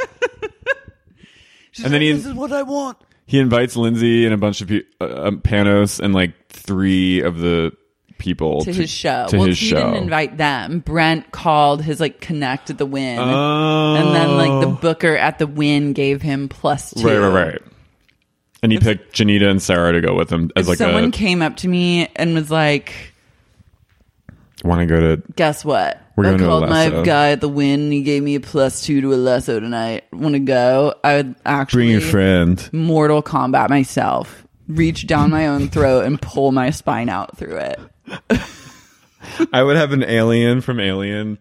D: and then
C: This
D: he
C: is what I want.
D: he invites Lindsay and a bunch of pe- uh, um, Panos and like three of the people
A: to his show.
D: To
A: well,
D: his
A: he
D: show.
A: didn't invite them. Brent called his like connect at the win.
D: oh,
A: And then like the booker at the win gave him plus two.
D: right, right, right. And he picked Janita and Sarah to go with him as like
A: Someone
D: a
A: came up to me and was like,
D: want to go to
A: guess what?
D: We're
A: I
D: going to
A: called my
D: Alesso.
A: guy at the win and he gave me a plus two to Alesso tonight. Want to go? I would
D: bring
A: actually <laughs>
D: your friend.
A: Mortal Kombat myself. Reach down my own throat and pull my spine out through it.
D: I would have an alien from Alien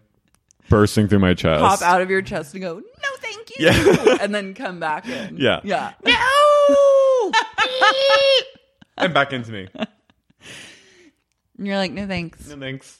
D: bursting through my chest.
A: pop out of your chest and go, no, thank you. <laughs> and then come back in.
D: Yeah. <laughs>
A: Yeah. <laughs>
D: No! and back into me.
A: And you're like, no, thanks.
D: No thanks.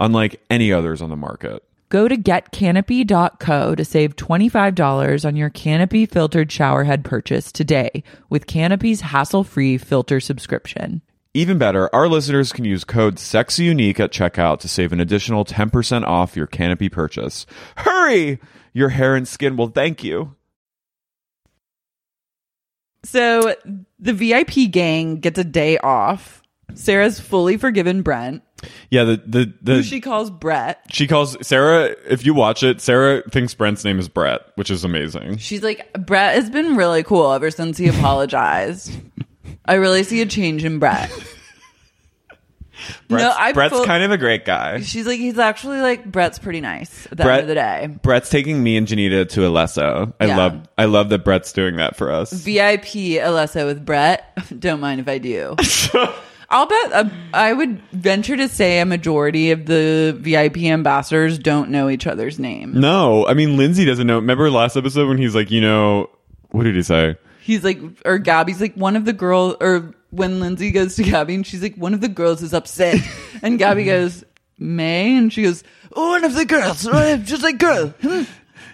D: unlike any others on the market.
A: Go to getcanopy.co to save $25 on your Canopy filtered showerhead purchase today with Canopy's hassle free filter subscription.
D: Even better, our listeners can use code SEXYUNIQUE at checkout to save an additional 10% off your Canopy purchase. Hurry! Your hair and skin will thank you.
H: So the VIP gang gets a day off. Sarah's fully forgiven Brent,
D: Yeah, the the,
H: who
D: the
H: she calls Brett.
D: She calls Sarah. If you watch it, Sarah thinks Brent's name is Brett, which is amazing.
H: She's like, Brett has been really cool ever since he apologized. I really see a change in Brett.
D: Brett's,
H: I
D: Brett's
H: full-
D: kind of a great guy.
H: She's like, he's actually like, Brett's pretty nice at the end of the day.
D: Brett's taking me and Janita to Alesso. I
H: Yeah.
D: love I love that Brett's doing that for us.
H: VIP Alessa with Brett. <laughs> Don't mind if I
D: <laughs>
H: do. I'll bet uh, I would venture to say a majority of the VIP ambassadors don't know each other's name.
D: No, I mean Lindsay doesn't know. Remember last episode when he's like, you know, what did he say?
H: He's like, or Gabby's like, one of the girls, or when Lindsay goes to Gabby and she's like, one of the girls is
D: <laughs>
H: upset. and Gabby goes, May? And she goes, Oh, one of the girls, oh, just like girl. hmm."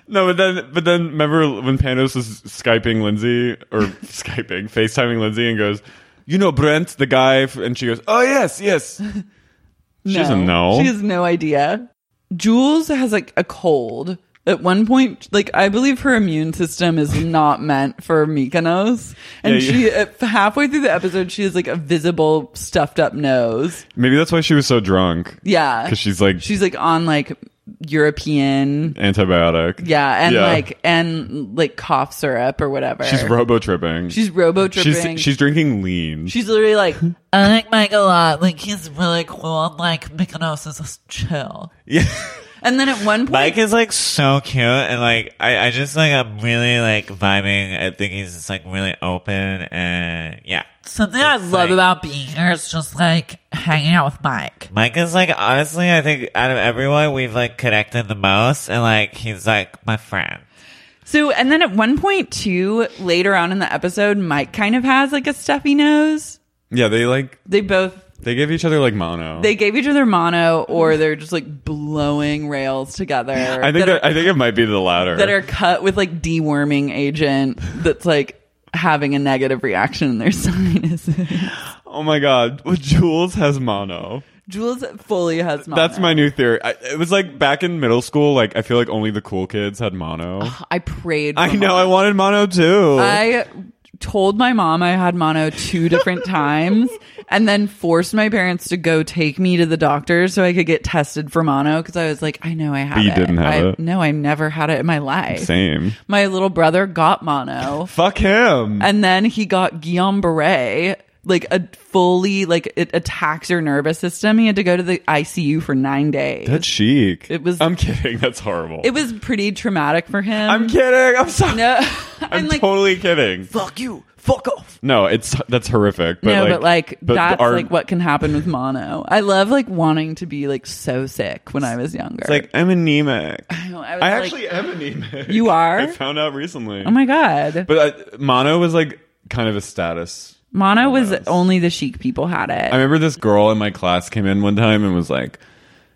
D: No, but then but then remember when Panos was skyping Lindsay
H: <laughs>
D: or skyping FaceTiming Lindsay and goes, you know Brent, the guy, f- and she goes, oh
H: <laughs>
D: yes, yes. She doesn't know.
H: She has no idea. Jules has like a cold. At one point, like I believe her immune system
D: <laughs>
H: is not meant for Mykonos, and
D: Yeah, you-
H: she at halfway through the episode she has like a visible stuffed up nose.
D: Maybe that's why she was so drunk.
H: Yeah,
D: because she's like
H: she's like on like
A: European.
D: Antibiotic.
A: Yeah, and like and like cough syrup or whatever.
D: She's robo tripping.
A: She's robo-tripping.
D: She's, she's drinking lean.
A: She's literally
D: <laughs>
A: like,
I: I like Mike a lot. uh, Like he's really cool. And, like Mykonos is just chill.
A: and then at one point,
I: Mike is like so cute, and like I, I just like I'm really like vibing. I think he's just like really open, and yeah. Something I love about being here is just like hanging out with Mike. Mike is like honestly, I think out of everyone we've like connected the most, and like he's like my friend.
A: So, and then at one point, too, later on in the episode, Mike kind of has like a stuffy nose.
D: yeah, they like
A: They both
D: they give each other like mono.
A: they gave each other mono, or they're just like blowing rails together.
D: I think that, I think it might be the latter.
A: that are cut with like deworming agent that's like having a negative reaction in their <laughs> sinus.
D: oh my god, <laughs> Jules has mono.
A: Jules fully has mono.
D: That's my new theory. I, it was like back in middle school. Like I feel like only the cool kids had mono.
A: I prayed. For
D: I know.
A: mono.
D: I wanted mono too.
A: Oh, I told my mom I had mono two different times and then forced my parents to go take me to the doctor so I could get tested for mono because I was like, I know I have
D: But you
A: it.
D: didn't have
A: I-
D: it.
A: No, I never had it in my life.
D: Same.
A: My little brother got mono
D: Fuck him.
A: and then he got Guillaume Barre. Like a fully like it attacks your nervous system. He had to go to the ICU for nine days.
D: That's chic.
A: It was-
D: I'm kidding. That's horrible.
A: it was pretty traumatic for him.
D: I'm kidding. I'm sorry.
A: <laughs> No, <laughs>
D: I'm, totally kidding.
A: fuck you, fuck off.
D: No, it's that's horrific. But
A: no,
D: like,
A: but like
D: but
A: that's
D: our-
A: like what can happen with mono. I love like wanting to be like so sick when I was younger.
D: It's like
A: <laughs>
D: I'm anemic. I,
A: know, was like-
D: actually am anemic.
A: You are?
D: I found out recently.
A: oh my god,
D: But uh, mono was like kind of a status.
A: mono was only the chic people had
D: I
A: it.
D: remember this girl in my class came in one time and was like,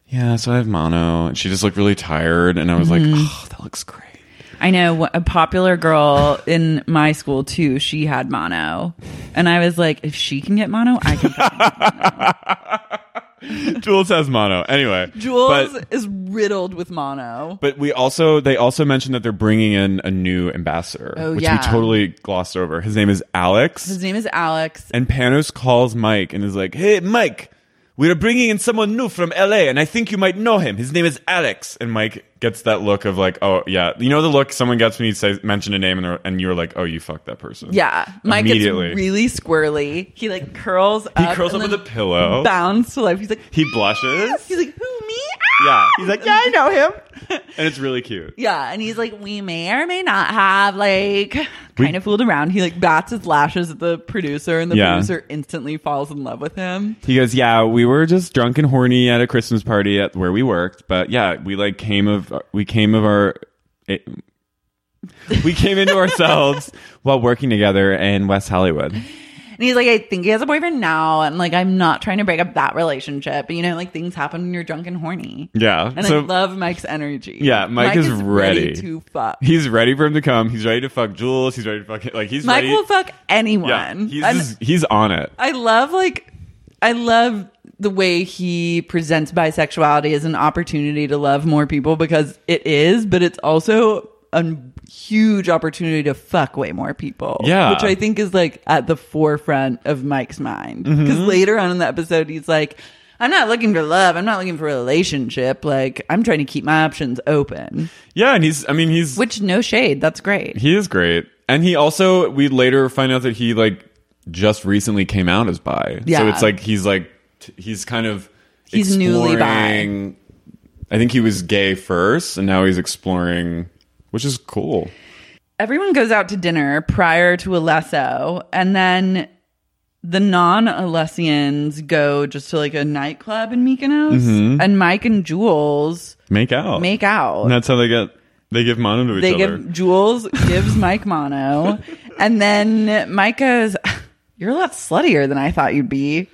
D: "Yeah, so I have mono," and she just looked really tired, and I was like,
A: Mm-hmm.
D: "Oh, that looks great."
A: I know a popular girl in my school too. She had mono, and I was like, if she can get mono, I can.
D: Jules has mono. Anyway,
A: Jules
D: But,
A: is riddled with mono.
D: but we also they also mentioned that they're bringing in a new ambassador,
A: Oh,
D: which
A: yeah.
D: we totally glossed over. His name is Alex.
A: His name is Alex.
D: And Panos calls Mike and is like, "Hey, Mike, we're bringing in someone new from LA, and I think you might know him. His name is Alex." And Mike gets that look of like, "Oh yeah," you know the look someone gets when you say mention a name and they're- and you're like, "Oh, you fucked that person."
A: Yeah, Mike gets
D: immediately
A: really squirrely. He like curls up.
D: he curls
A: and
D: up with a
A: then
D: pillow.
A: Bounds to life. He's like,
D: He blushes.
A: <laughs> he's like, who me?
D: yeah,
A: <laughs>
D: he's like, "Yeah, I know him," and it's really cute.
A: Yeah, and he's like, we may or may not have like kind of fooled around. He like bats his lashes at the producer, and the
D: Yeah.
A: producer instantly falls in love with him.
D: He goes, "Yeah, we were just drunk and horny at a Christmas party at where we worked, but yeah, we like came of we came of our it, we came
A: <laughs>
D: into ourselves while working together in West Hollywood."
A: And he's like, I think he has a boyfriend now, and like, I'm not trying to break up that relationship, but you know, like things happen when you're drunk and horny.
D: Yeah.
A: And I love Mike's energy.
D: Yeah, Mike, is, ready.
A: to fuck.
D: He's ready for him to come. He's ready to fuck Jules. He's ready to fuck like he's
A: Mike
D: ready.
A: will fuck anyone.
D: yeah, he's
A: And-
D: just- he's on it.
A: I love like I love the way he presents bisexuality as an opportunity to love more people because it is, but it's also a huge opportunity to fuck way more people.
D: Yeah.
A: Which I think is like at the forefront of Mike's mind.
D: Mm-hmm.
A: Because later on in the episode, he's like, I'm not looking for love. I'm not looking for a relationship. Like, I'm trying to keep my options open.
D: Yeah, and he's I mean he's
A: Which, no shade. That's great.
D: he is great. And he also we later find out that he like just recently came out as bi. So
A: Yeah.
D: it's like he's like t- he's kind of
A: He's newly bi.
D: exploring- I think he was gay first and now he's exploring which is cool.
A: everyone goes out to dinner prior to Alesso, and then the non Alessians go just to like a nightclub in Mykonos,
D: Mhm.
A: and Mike and Jules
D: Make out.
A: make out.
D: And that's how they get they give mono to Oh. each
A: they
D: other.
A: give
D: <laughs>
A: Jules gives Mike mono, and then Mike goes, <laughs> "You're a lot sluttier than I thought you'd be."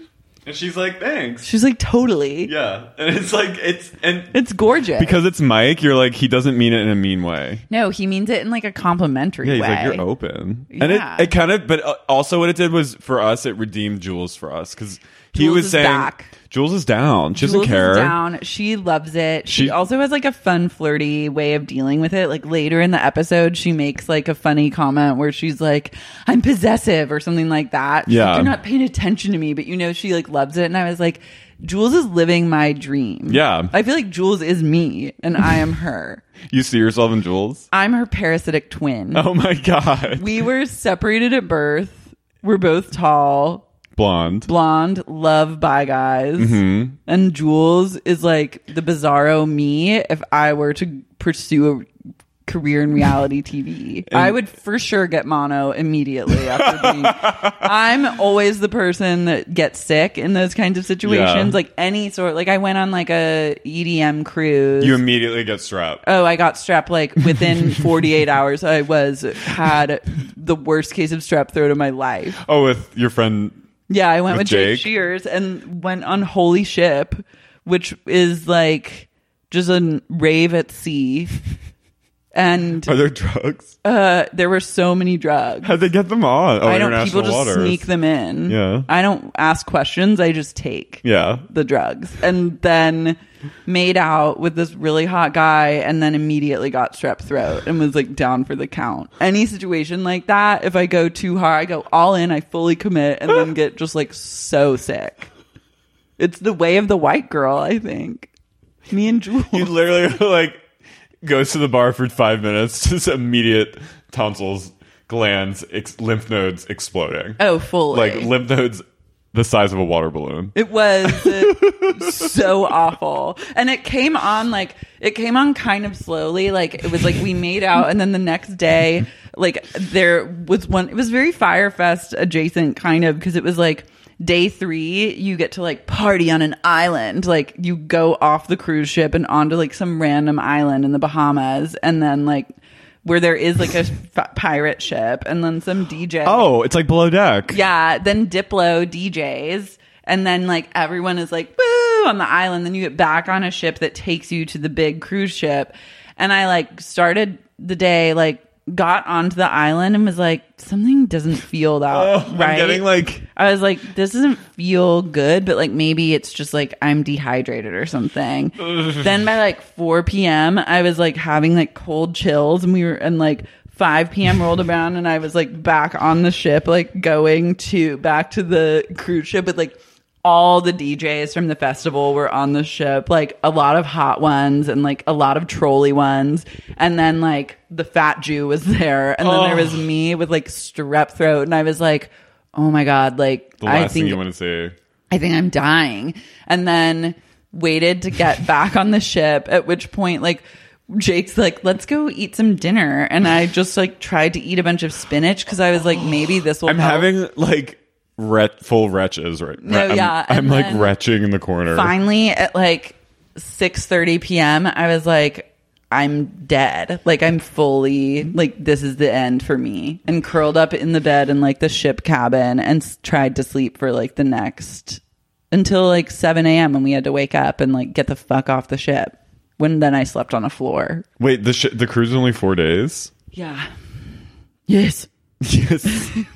D: and she's like, "Thanks."
A: She's like, "Totally,
D: Yeah. And it's like it's and
A: it's gorgeous."
D: because it's Mike, you're like he doesn't mean it in a mean way.
A: no, he means it in like a complimentary
D: Yeah, he's
A: way.
D: like you're open, and it,
A: Yeah.
D: it kind of. But uh, also, what it did was for us, it redeemed Jules for us because he
A: Jules
D: was
A: is
D: saying
A: back.
D: Jules is down. She doesn't
A: Jules is
D: care.
A: down. She loves it. She,
D: She-
A: also has like a fun, flirty way of dealing with it. Like later in the episode, she makes like a funny comment where she's like, "I'm possessive" or something like that. She's like,
D: Yeah.
A: you're not paying attention to me, but you know she like loves it. And I was like, Jules is living my dream.
D: Yeah.
A: I feel like Jules is me and I am <laughs> her.
D: You see yourself in Jules?
A: I'm her parasitic twin.
D: Oh my God.
A: We were separated at birth. We're both tall,
D: Blonde.
A: blonde, love by guys.
D: Mhm.
A: And Jules is like the bizarro me if I were to pursue a career in reality
D: <laughs>
A: TV. I would for sure get mono immediately after being I'm always the person that gets sick in those kinds of situations.
D: Yeah.
A: Like any sort like I went on like a EDM cruise.
D: You immediately get strep.
A: Oh, I got strep like
D: <laughs>
A: within 48 hours. I was had the worst case of strep throat of my life.
D: Oh, with your friend.
A: Yeah, I went
D: With
A: with, Jake
D: Jake?
A: Shears and went on Holy Ship, which is like just a rave at sea. <laughs> And
D: Are there drugs?
A: uh, there were so many drugs.
D: How'd they get them on? Oh,
A: I don't. People
D: international
A: just
D: waters.
A: sneak them in.
D: Yeah.
A: I don't ask questions. I just take
D: Yeah.
A: the drugs and then made out with this really hot guy and then immediately got strep throat and was like down for the count. Any situation like that, if I go too hard, I go all in, I fully commit and then get just like so sick. It's the way of the white girl, I think. Me and Jules.
D: You literally <laughs> like goes to the bar for five minutes, <laughs> just immediate tonsils, glands, ex- lymph nodes exploding.
A: Oh, fully.
D: Like lymph nodes the size of a water balloon.
A: It was uh, so awful. And it came on like it came on kind of slowly. Like it was like we made out and then the next day like there was one it was very Firefest adjacent kind of because it was like day 3 you get to like party on an island. Like you go off the cruise ship and onto like some random island in the Bahamas and then like where there is like a f- pirate ship and then some DJ
D: Oh, it's like below deck.
A: yeah, then Diplo DJs, and then like everyone is like woo on the island. Then you get back on a ship that takes you to the big cruise ship. And I like started the day like got onto the island and was like something doesn't feel that
D: Oh, I'm
A: right.
D: getting, like-
A: I was like this doesn't feel good, but like maybe it's just like I'm dehydrated or something. then by like 4 p.m., I was like having like cold chills, and we were and like 5 p.m. rolled around, and I was like back on the ship, like going to back to the cruise ship with like all the DJs from the festival were on the ship, like a lot of hot ones and like a lot of trolley ones. And then like the fat Jew was there. And then there was
D: Oh.
A: me with like strep throat. And I was like, oh my God, like
D: The last
A: I
D: thing
A: think
D: you want to see.
A: I think I'm dying. And then waited to
D: <laughs>
A: get back on the ship, at which point, like, Jake's like, let's go eat some dinner. And I just like tried to eat a bunch of spinach because I was like, maybe this will
D: I'm
A: help.
D: having like wret- full wretches right
A: Oh. No,
D: I'm,
A: yeah, and
D: I'm like
A: then-
D: retching in the corner.
A: Finally, at like 6:30 p.m., I was like, I'm dead. Like I'm fully like this is the end for me. And curled up in the bed in like the ship cabin and s- tried to sleep for like the next until like 7 a.m. and we had to wake up and like get the fuck off the ship. When then I slept on a floor.
D: Wait, the sh- the cruise is only
A: <laughs>
D: four days.
A: Yeah. Yes.
D: Yes,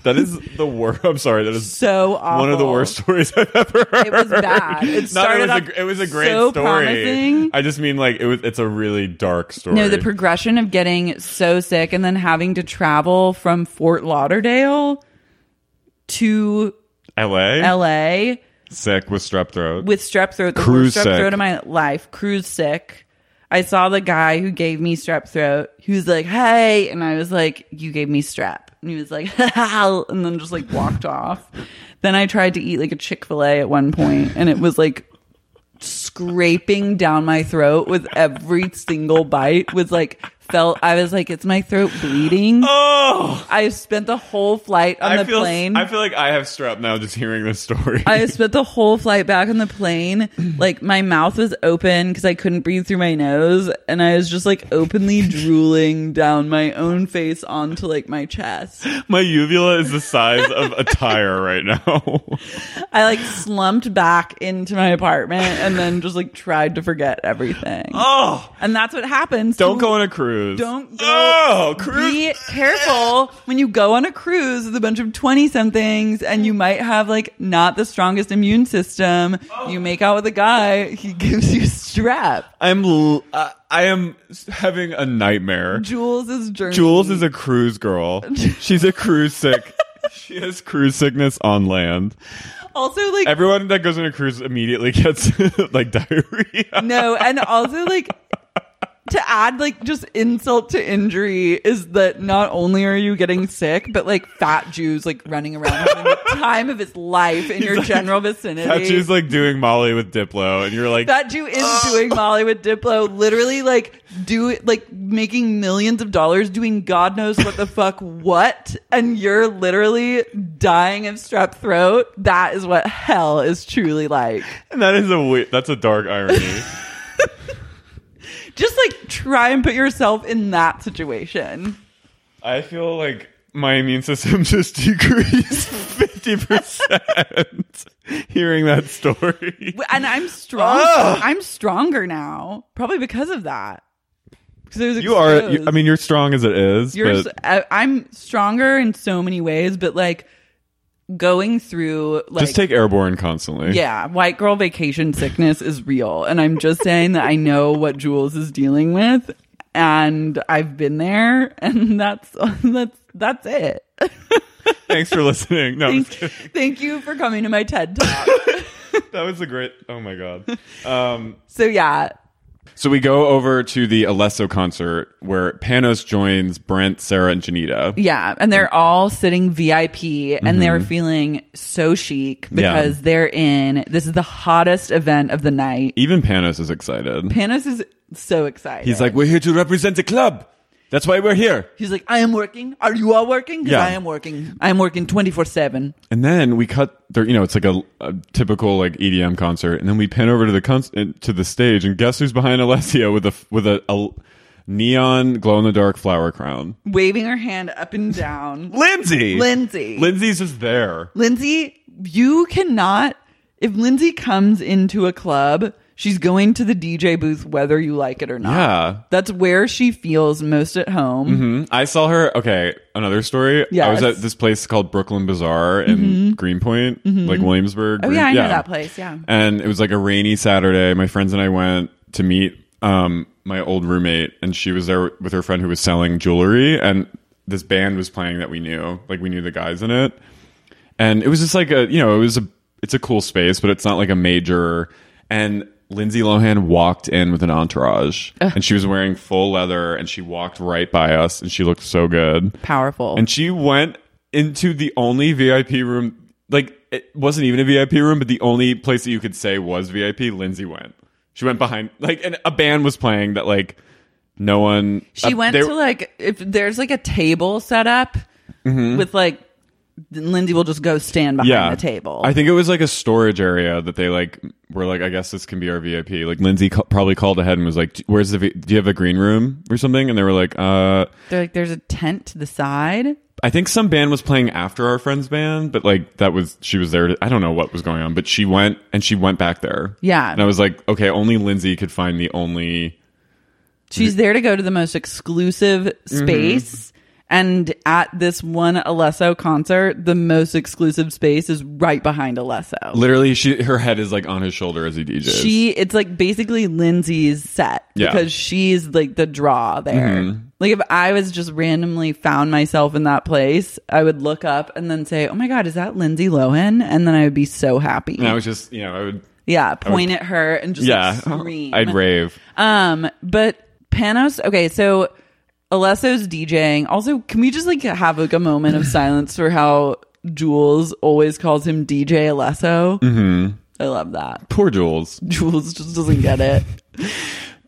D: that is the worst. I'm sorry, that is
A: So awful.
D: one of the worst <laughs> stories I've ever heard.
A: It was bad. It started
D: Not, it, was
A: off
D: a, it was a great
A: so
D: story.
A: promising.
D: I just mean like it was. It's a really dark story.
A: No, the progression of getting so sick and then having to travel from Fort Lauderdale to
D: L.A.
A: LA
D: Sick with strep throat.
A: with strep throat, the
D: Cruise
A: worst strep
D: sick.
A: throat of my life, cruise sick. I saw the guy who gave me strep throat. He was like, "Hey," and I was like, "You gave me strep," and he was like, <laughs> "Ha, ha," ha," and then just like walked off. Then I tried to eat like a Chick Fil A at one point, and it was like scraping down my throat with every single bite. Was like felt. I was like, "It's my throat bleeding."
D: Oh,
A: I spent the whole flight on
D: I
A: the
D: feel,
A: plane.
D: I feel like I have strep now just hearing this story. <laughs>
A: I spent the whole flight back on the plane.
D: <clears throat>
A: Like my mouth was open because I couldn't breathe through my nose, and I was just like openly drooling down my own face onto like my chest.
D: My uvula is the size of a tire
A: <laughs>
D: right now.
A: I like slumped back into my apartment and then just like tried to forget everything.
D: Oh,
A: and that's what happens.
D: Don't
A: to-
D: go on a cruise.
A: Don't go.
D: Oh, cruise.
A: Be careful when you go on a cruise with a bunch of 20 somethings and you might have like not the strongest immune system.
D: Oh.
A: You make out with a guy, he gives you strep.
D: I'm l- uh, I am s- having a nightmare.
A: Jules is journey.
D: Jules is a
A: Mm. <laughs>
D: cruise girl. She's a cruise sick. she has cruise sickness on land.
A: also like
D: Everyone that goes on a cruise immediately gets <laughs> like diarrhea.
A: no, and also like to add like just insult to injury is that not only are you getting sick, but like fat Jews like running around having
D: <laughs>
A: the time of his life in your general vicinity.
D: That She's like "Ah." doing Molly with Diplo, and you're like,
A: that Jew is doing Molly with Diplo, literally like do like making millions of dollars doing God knows what the fuck what, and you're literally dying of strep throat. That is what hell is truly like.
D: and that is a we- that's a
A: <laughs>
D: dark irony.
A: Just like try and put yourself in that situation.
D: I feel like my immune system <laughs> just decreased fifty percent hearing that story.
A: And I'm strong.
D: Ugh.
A: I'm stronger now, probably because of that. Because
D: You are. You, I mean, you're strong as it is,
A: You're
D: but
A: s- I- I'm stronger in so many ways, but like going through like
D: just take airborne constantly.
A: yeah, white girl vacation sickness is real, and I'm just saying that I know what Jules is dealing with, and I've been there, and <laughs> that's that's that's it.
D: <laughs> Thanks for listening. No, I'm just kidding.
A: Thank you for coming to my TED talk.
D: that was a great. Oh
A: <laughs>
D: my god. Um,
A: So yeah,
D: so we go over to the Alesso concert where Panos joins Brent, Sarah, and Janita.
A: Yeah, and they're all sitting VIP
D: Mhm.
A: and they're feeling so chic
D: Yeah.
A: because they're in this is the hottest event of the night.
D: Even Panos is excited.
A: Panos is so excited.
E: He's like, we're here to represent the club. That's why we're here.
A: He's like, I am working. Are you all working? 'Cause
D: Yeah.
A: I am working. I am working 24 7.
D: And then we cut there, you know, it's like a, a typical like EDM concert, and then we pan over to the con- uh, to the stage, and guess who's behind Alessia with a with a, a neon glow in the dark flower crown?
A: Waving her hand up and down.
D: Lindsay.
A: Lindsay.
D: Lindsay's just there.
A: Lindsay, you cannot. If Lindsay comes into a club, she's going to the DJ booth whether you like it or not.
D: Yeah.
A: That's where she feels most at home.
D: hmm I saw her. Okay, another story. I was
A: Yes.
D: at this place called Brooklyn Bazaar in
A: Mhm.
D: Greenpoint,
A: Mhm.
D: like Williamsburg.
A: Oh,
D: Green-
A: yeah, I know that place, yeah.
D: and it was like a rainy Saturday. My friends and I went to meet um, my old roommate, and she was there with her friend who was selling jewelry, and this band was playing that we knew, like we knew the guys in it, and it was just like a, you know, it was a, it's a cool space, but it's not like a major. And Lindsay Lohan walked in with an entourage, and she was wearing full leather, and she walked right by us, and she looked so good.
A: Powerful.
D: And she went into the only VIP room, like it wasn't even a VIP room, but the only place that you could say was VIP. Lindsay went. She went behind, like, and a band was playing that, like, no one.
A: She
D: uh,
A: went
D: they-
A: to like if there's like a table set up
D: Mhm.
A: with like Lindsay will just go stand behind
D: yeah,
A: the table.
D: I think it was like a storage area that they like were like, I guess this can be our VIP. Like Lindsay ca- probably called ahead and was like, "D- "Where's the? V- do you have a green room or something?" And they were like, "Uh,
A: They're like there's a tent to the side.
D: I think some band was playing after our friend's band, but like that was she was there. To, I don't know what was going on, but she went and she went back there.
A: Yeah.
D: and I was like, okay, only Lindsay could find the only.
A: She's there to go to the most exclusive
D: Mm-hmm.
A: space. And at this one Alesso concert, the most exclusive space is right behind Alesso.
D: Literally, she her head is like on his shoulder as he DJs.
A: She it's like basically Lindsay's set
D: Yeah.
A: because she's like the draw there.
D: Mhm.
A: Like if I was just randomly found myself in that place, I would look up and then say, "Oh my god, is that Lindsay Lohan?" and then I would be so happy.
D: and I was just, you know, I would.
A: yeah,
D: I would-
A: point at her and just
D: yeah, <laughs>
A: like, scream.
D: I'd rave.
A: Um, but Panos, okay, so Alesso's DJing. Also, can we just like have like a moment of silence for how Jules always calls him DJ Alesso?
D: Mm-hmm.
A: I love that.
D: Poor Jules.
A: Jules just doesn't get
D: <laughs>
A: it.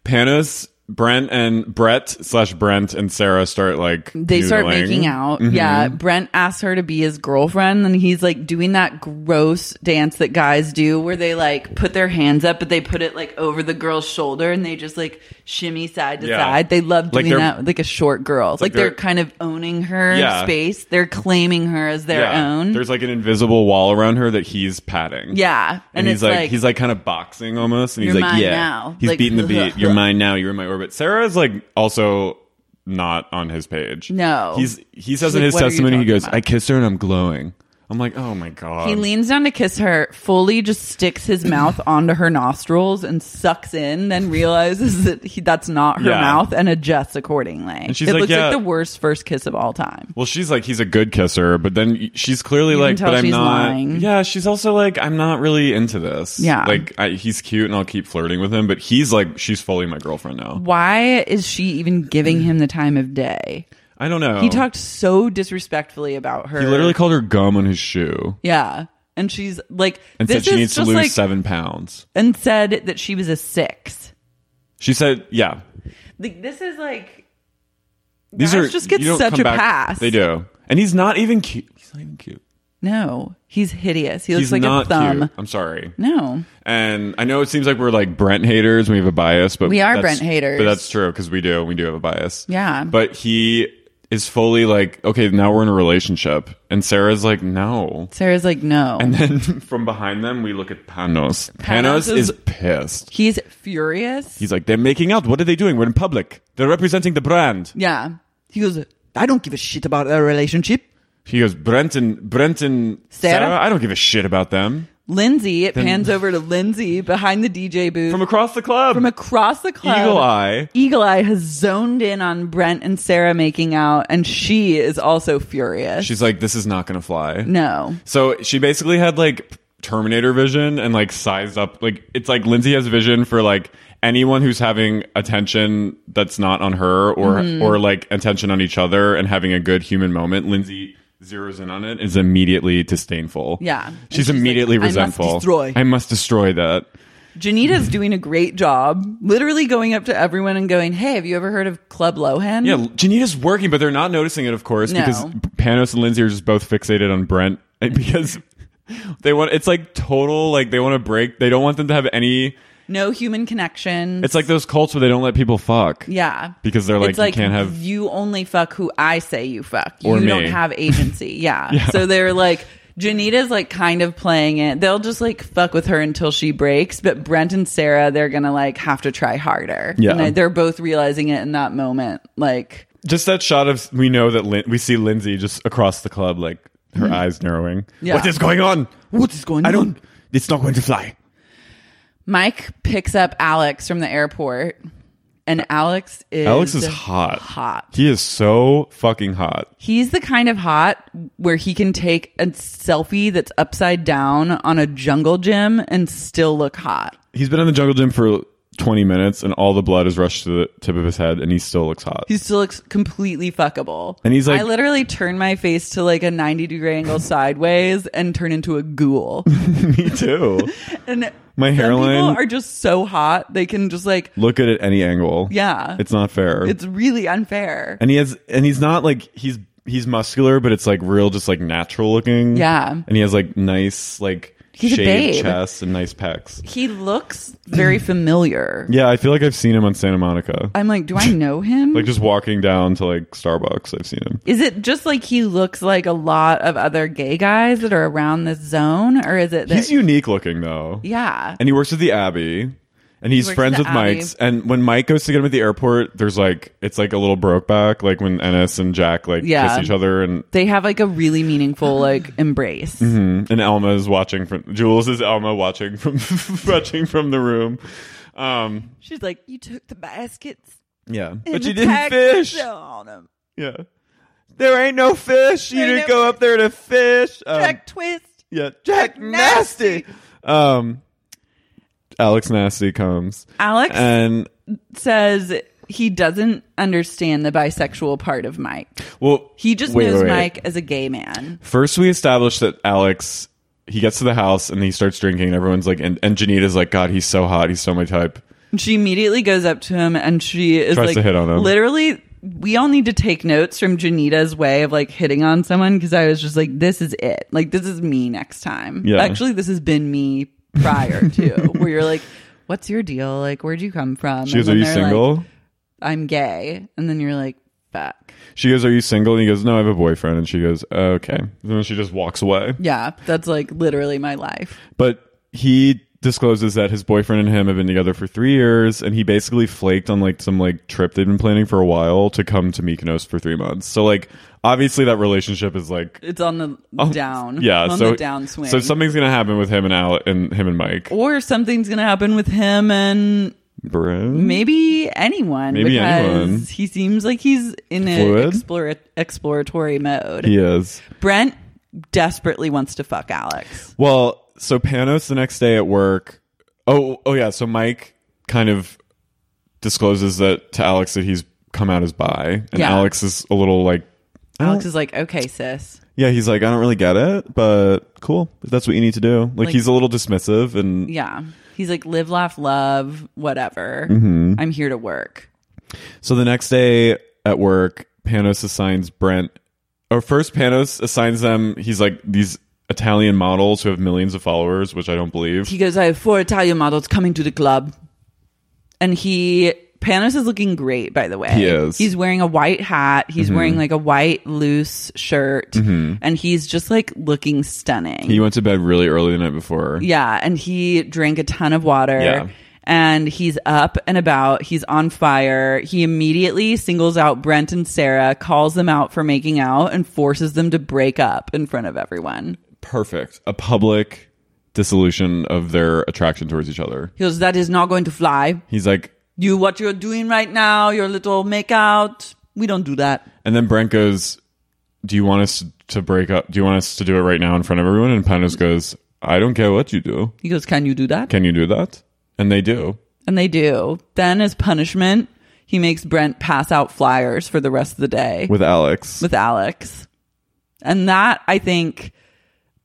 D: Panos, Brent, and Brett slash Brent and Sarah start like
A: they start
D: noodling.
A: making out.
D: Mhm.
A: Yeah. Brent asks her to be his girlfriend, and he's like doing that gross dance that guys do where they like put their hands up, but they put it like over the girl's shoulder and they just like shimmy side to
B: Yeah.
A: side. They love
B: Like
A: doing
B: they're-
A: that with like a short girl. It's
B: like
A: Like, they're,
B: they're-
A: kind of owning her
D: Yeah.
A: space, they're claiming her as their
D: Yeah.
A: own.
D: There's like an invisible wall around her that he's patting.
A: Yeah.
D: and,
A: And
D: he's
A: it's
D: like,
A: like,
D: he's like kind of boxing almost, and he's
A: "You're
D: like,
A: mine
D: yeah,
A: now."
D: he's
A: Like, <laughs>
D: beating the beat. You're mine now. You're in my orbit. Sarah's like also not on his page.
A: No.
D: he's he
A: She's
D: says in
A: like,
D: his
A: "What are you
D: testimony, he
A: talking
D: goes, "I kissed her and I'm glowing." I'm like, oh my god.
A: He leans down to kiss her, fully just sticks
D: <clears throat>
A: his mouth onto her nostrils and sucks in, then realizes that he, that's not her
D: Yeah.
A: mouth and adjusts accordingly.
D: And she's
A: it
D: like,
A: looks
D: yeah.
A: like the worst first kiss of all time.
D: Well, she's like, he's a good kisser, but then y- she's clearly
A: You can
D: like,
A: tell
D: but I'm
A: she's
D: not.
A: lying.
D: Yeah, she's also like, I'm not really into this.
A: Yeah.
D: like I, he's cute and I'll keep flirting with him, but he's like, she's fully my girlfriend now.
A: Why is she even giving him the time of day?
D: I don't know.
A: He talked so disrespectfully about her.
D: Oh. He literally called her gum on his shoe
A: Yeah. And she's like,
D: and
A: this
D: said she
A: is
D: needs to
A: just
D: lose
A: like-
D: seven pounds.
A: And said that she was a six.
D: She said, yeah,
A: Like, this is like,
D: these
A: Guys
D: are
A: just get
D: you don't
A: such
D: come
A: a
D: back-
A: pass.
D: They do, and he's not even cute. He's not even cute.
A: no, he's hideous. He looks
D: he's
A: like
D: not
A: a thumb.
D: cute. I'm sorry.
A: No.
D: And I know it seems like we're like Brent haters. We have a bias, but
A: We are
D: that's-
A: Brent haters.
D: But that's true because we do. We do have a bias.
A: Yeah.
D: But he is fully like, okay, now we're in a relationship, and Sarah's like, no.
A: Sarah's like, no.
D: And then <laughs> from behind them, we look at Panos. Panos,
A: Panos
D: is,
A: is-
D: pissed.
A: He's furious.
D: He's like, they're making out. What are they doing? We're in public. They're representing the brand.
A: Yeah.
C: He goes, I don't give a shit about our relationship.
D: He goes, Brent and Brent and
A: Sarah?
D: I don't give a shit about them.
A: Lindsay, it
D: Then-
A: pans over to Lindsay behind the DJ booth. From
D: across the club.
A: From across the club.
D: Eagle Eye.
A: Eagle Eye has zoned in on Brent and Sarah making out, and she is also furious.
D: She's like, this is not going to fly.
A: No.
D: So she basically had like Terminator vision and like sized up. Like it's like Lindsay has vision for like anyone who's having attention that's not on her or
J: Mhm.
A: Mm-hmm.
D: or like attention on each other and having a good human moment. Lindsay zeroes in on it is immediately disdainful.
A: Yeah. And
D: She's,
A: she's like,
D: immediately
A: "I must
D: resentful.
A: destroy."
D: I must destroy that.
A: Janita's doing a great job, literally going up to everyone and going, Hey, have you ever heard of Club Lohan?
D: Yeah, Janita's working, but they're not noticing it, of course,
A: No.
D: because Panos and Lindsay are just both fixated on Brent <laughs> and because they want. It's like total, like they want to break. They don't want them to have any.
A: No human connection.
D: It's like those cults where they don't let people fuck.
A: Yeah.
D: because they're like, you can't have.
A: you only fuck who I say you fuck.
D: Or
A: you
D: me.
A: don't have
D: <laughs>
A: agency. Yeah.
D: Yeah.
A: So they're like Janita's like kind of playing it. They'll just like fuck with her until she breaks, but Brent and Sarah, they're gonna like have to try harder.
D: Yeah.
A: And they're both realizing it in that moment. Like
D: Just that shot of we know that Lin- we see Lindsay just across the club, like her eyes narrowing.
A: Yeah.
D: What is going on?
C: What is going
D: I don't. It's not going to fly.
A: Mike picks up Alex from the airport and Alex is
D: Alex is hot.
A: Hot.
D: He is so fucking hot.
A: He's the kind of hot where he can take a selfie that's upside down on a jungle gym and still look hot.
D: He's been in the jungle gym for 20 minutes, and all the blood is rushed to the tip of his head, and he still looks hot.
A: He still looks completely fuckable.
D: And he's like-
A: I literally turn my face to like a 90 degree angle sideways and turn into a
D: <laughs>
A: ghoul.
D: Me too.
A: And
D: My
A: people
D: hairline.
A: are just so hot. They can just like,
D: look at it any angle.
A: Yeah.
D: it's not fair.
A: it's really unfair.
D: and he has, and he's not like he's he's muscular, but it's like real, just like natural looking.
A: Yeah.
D: and he has like nice like
A: He's a
D: shaved
A: babe.
D: chest and nice pecs.
A: He looks very familiar.
D: Yeah, I feel like I've seen him on Santa Monica.
A: I'm like, do I know him?
D: <laughs> like just walking down to like Starbucks, I've seen him.
A: Is it just like he looks like a lot of other gay guys that are around this zone, or is it that
D: He's unique looking though.
A: Yeah.
D: And he works at the Abbey. And
A: He
D: he's
A: works
D: friends
A: at
D: with
A: the Abbey.
D: Mike's. And when Mike goes to get him at the airport, there's like it's like a little broke back, like when Ennis and Jack like
A: Yeah.
D: kiss each other and
A: they have like a really meaningful
D: <gasps>
A: like embrace?
D: Mhm. and Elma is watching from Jules is Elma watching from <laughs> watching from the room. Um
A: She's like, you took the baskets,
D: Yeah.
A: and
D: But you
A: the
D: didn't
A: taxes
D: fish.
A: On them.
D: Yeah. There ain't no fish. You didn't go up there to fish. Um,
A: Jack Twist.
D: Yeah. Jack Nasty. Um Alex Nasty comes.
A: Alex?
D: and
A: Says he doesn't understand the bisexual part of Mike.
D: well
A: He just
D: wait,
A: knows
D: wait, wait.
A: Mike as a gay man.
D: First, we establish that Alex he gets to the house and he starts drinking. And everyone's like, and, and Janita's like, God, he's so hot. He's so my type.
A: And She immediately goes up to him and she is
D: Tries
A: like,
D: to hit on him.
A: literally, we all need to take notes from Janita's way of like hitting on someone because I was just like, this is it. Like, this is me next time.
D: Yeah.
A: Actually, this has been me
D: <laughs>
A: prior to where you're like, what's your deal? Like, where'd you come from?
D: She goes,
A: And
D: "Are you
A: they're like,
D: single?"
A: I'm gay. And then you're like, fuck.
D: She goes, Are you single? And he goes, No, I have a boyfriend. And she goes, Okay. And then she just walks away.
A: Yeah, that's like literally my life.
D: But he discloses that his boyfriend and him have been together for three years, and he basically flaked on like some like trip they've been planning for a while to come to Mykonos for three months. So like obviously that relationship is like <laughs>
A: It's on the down.
D: Oh, yeah,
A: on
D: so
A: the downswing.
D: So something's gonna happen with him and Al and him and Mike.
A: or something's gonna happen with him and
D: Bro,
A: maybe anyone.
D: Maybe
A: because
D: anyone.
A: He seems like he's in an
D: Fluid?
A: explora- exploratory mode.
D: he is.
A: Brent desperately wants to fuck Alex.
D: Well, so Panos the next day at work. Oh, oh yeah. So Mike kind of discloses that to Alex that he's come out as bi, and
A: Yeah.
D: Alex is a little like,
A: Alex is like, okay, sis.
D: yeah, he's like, I don't really get it, but cool. If that's what you need to do. Like,
A: Like-
D: he's a little dismissive, and
A: Yeah. He's like, live, laugh, love, whatever.
D: Mhm.
A: I'm here to work.
D: so the next day at work, Panos assigns Brent. Or first, Panos assigns them. He's like these Italian models who have millions of followers, which I don't believe.
A: He goes, I have four Italian models coming to the club. And he, Panos is looking great, by the way.
D: He is.
A: He's wearing a white hat. He's
D: Mhm.
A: wearing like a white loose shirt.
D: Mhm.
A: And he's just like looking stunning.
D: He went to bed really early the night before.
A: Yeah, and he drank a ton of water.
D: Yeah.
A: And he's up and about. He's on fire. He immediately singles out Brent and Sarah, calls them out for making out, and forces them to break up in front of everyone.
D: perfect a public dissolution of their attraction towards each other
A: He goes, That is not going to fly.
D: he's like
A: You, what you're doing right now, your little makeout, we don't do that.
D: and then brent goes do you want us to break up do you want us to do it right now in front of everyone and panos goes i don't care what you do
A: He goes, Can you do that?
D: can you do that and they do
A: And they do. Then, as punishment, he makes Brent pass out flyers for the rest of the day
D: with alex
A: with Alex. And that, I think,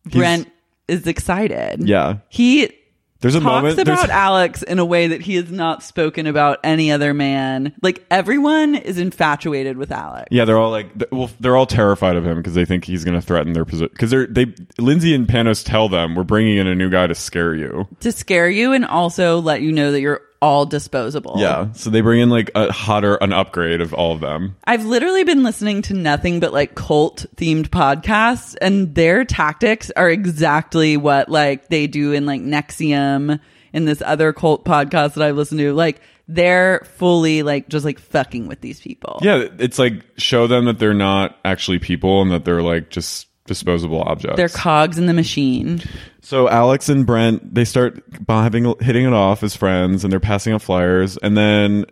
A: Brent is excited.
D: yeah
A: He
D: There's a
A: talks
D: moment- there's-
A: about Alex in a way that he has not spoken about any other man. Like everyone is infatuated with Alex.
D: yeah they're all like th- well they're all terrified of him because they think he's going to threaten their position because they're they lindsay and panos tell them we're bringing in a new guy to scare you
A: To scare you and also let you know that you're all disposable.
D: yeah so they bring in like a hotter an upgrade of all of them
A: I've literally been listening to nothing but like cult themed podcasts and their tactics are exactly what like they do in like Nexium in this other cult podcast that I've listened to. Like they're fully like just like fucking with these people.
D: Yeah, it's like show them that they're not actually people and that they're like just disposable objects.
A: They're cogs in the machine.
D: so Alex and Brent they start having hitting it off as friends and they're passing out flyers and then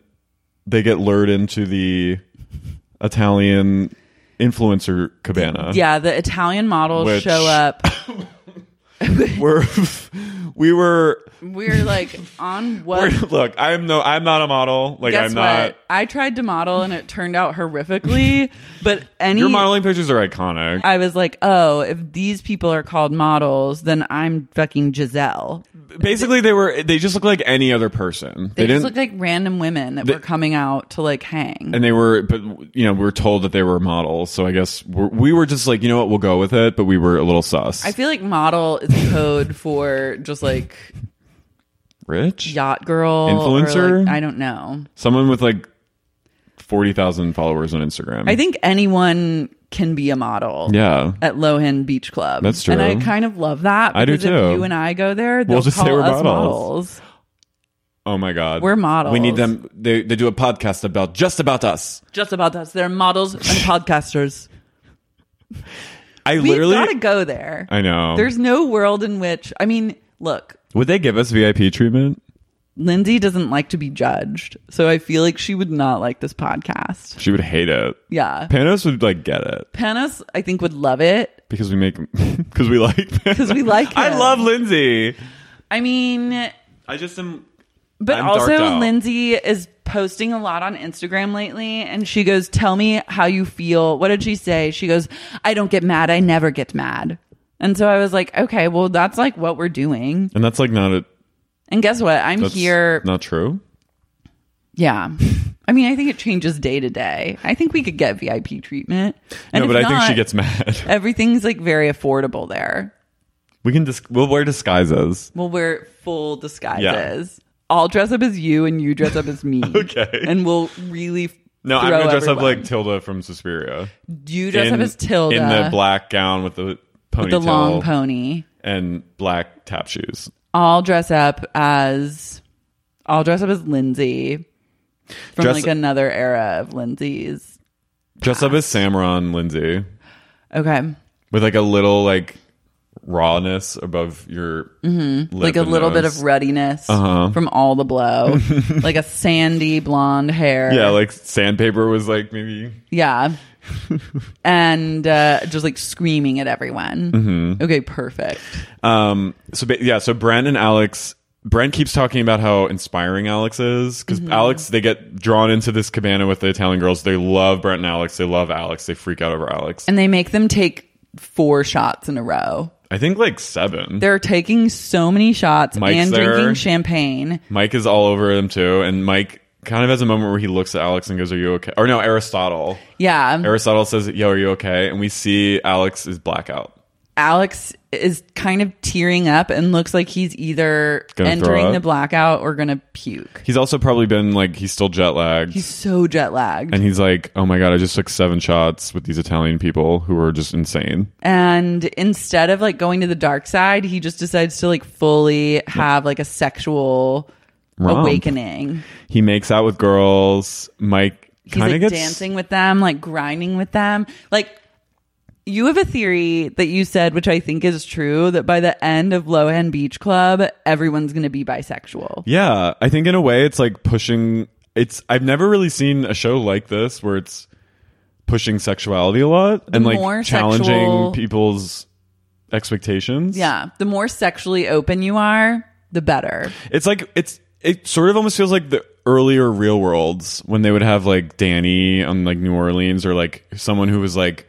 D: they get lured into the Italian influencer cabana.
A: Yeah, the Italian models
D: Which-
A: show up.
D: we're <laughs> we were
A: We're like on
D: <laughs> we're,
A: what?
D: look. I'm no. I'm not a model. Like
A: guess
D: I'm not.
A: what? I tried to model and it turned out horrifically. But any
D: Your modeling pictures are iconic.
A: I was like, oh, if these people are called models, then I'm fucking Giselle.
D: Basically, they were. They just look like any other person.
A: They,
D: They,
A: just
D: didn't.
A: look like random women that
D: They-
A: were coming out to like hang.
D: and they were but you know we were told that they were models so i guess we're, we were just like you know what we'll go with it but we were a little sus
A: I feel like model is code for just like
D: rich
A: yacht girl or,
D: Influencer?
A: like, I don't know.
D: someone with like 40,000 followers on instagram
A: I think anyone can be a model.
D: Yeah.
A: At Low End Beach Club.
D: That's
A: And I
D: true.
A: kind of love that.
D: I do
A: because
D: too.
A: If you and I go there,
D: We'll
A: they'll
D: just say
A: call
D: we're
A: us
D: models.
A: models.
D: oh my god
A: We're models.
E: We need them. They, they do a podcast about just about us.
A: Just about us. They're models
D: <laughs>
A: and podcasters.
D: i
A: We
D: literally
A: gotta go there.
D: I know.
A: There's no world in which I mean, look,
D: would they give us vip treatment
A: Lindsay doesn't like to be judged, so I feel like she would not like this podcast.
D: she would hate it
A: Yeah.
D: panos would like get it
A: Panos, I think, would love it
D: because we make <laughs> because we like
A: because we like. Him.
D: i love lindsay
A: I mean,
D: i just am
A: But
D: I'm darked
A: also,
D: out.
A: Lindsay is posting a lot on Instagram lately, and she goes, Tell me how you feel. What did she say? She goes, I don't get mad. I never get mad. And so I was like, Okay, well, that's like what we're doing.
D: and that's like not a
A: And guess what? I'm
D: that's
A: here.
D: not true
A: Yeah. I mean, I think it changes day to day. I think we could get VIP treatment.
D: no
A: if
D: but i think she
A: not,
D: gets mad <laughs>
A: Everything's like very affordable there.
D: we can dis- we'll wear disguises
A: We'll wear full disguises. I'll dress up as you and you dress up as me.
D: <laughs> Okay.
A: And we'll really.
D: No, I'm
A: throw
D: gonna dress
A: everyone.
D: up like Tilda from Suspiria.
A: You dress up as Tilda.
D: in the black gown with the ponytail,
A: With the long pony.
D: and black tap shoes.
A: all dress up as all dress up as Lindsay from
D: Dress-
A: like another era of Lindsay's.
D: Dress up as Samron Lindsay
A: Okay.
D: with like a little like rawness above your
A: hmm
D: lip
A: Like a
D: and
A: little bit
D: nose.
A: of ruddiness
D: Uh-huh.
A: from all the
D: <laughs>
A: blow, like a sandy blonde hair.
D: Yeah, like sandpaper was like maybe
A: yeah,
D: <laughs>
A: and uh, just like screaming at everyone.
D: Mhm.
A: Okay, perfect.
D: Um. So ba- yeah. So Brent and Alex. Brent keeps talking about how inspiring Alex is because
A: Mhm.
D: Alex they get drawn into this cabana with the Italian girls. They love Brent and Alex. They love Alex. They freak out over Alex.
A: And they make them take four shots in a row.
D: I think like seven.
A: They're taking so many shots
D: Mike's
A: and
D: there.
A: drinking champagne.
D: Mike is all over him too, and Mike kind of has a moment where he looks at Alex and goes, "Are you okay?" Or no, Aristotle.
A: Yeah.
D: Aristotle says, "Yo, are you okay?" And we see Alex is blackout.
A: Alex is kind of tearing up and looks like he's either
D: Gonna throw
A: entering
D: up.
A: the blackout or going to puke.
D: He's also probably been like he's still jet lagged.
A: He's so jet lagged.
D: and he's like, "Oh my god, I just took seven shots with these Italian people who were just insane."
A: And instead of like going to the dark side, he just decides to like fully have like a sexual
D: Romp.
A: awakening.
D: He makes out with girls. Mike
A: He's
D: kind
A: like
D: of gets
A: dancing with them, like grinding with them. Like you have a theory that you said, which I think is true, that by the end of Low End Beach Club, everyone's going to be bisexual.
D: Yeah, I think in a way it's like pushing it's I've never really seen a show like this where it's pushing sexuality a lot and like
A: More
D: challenging
A: sexual-
D: people's expectations.
A: Yeah, the more sexually open you are, the better.
D: It's like it's it sort of almost feels like the earlier real worlds when they would have like Danny on like New Orleans or like someone who was like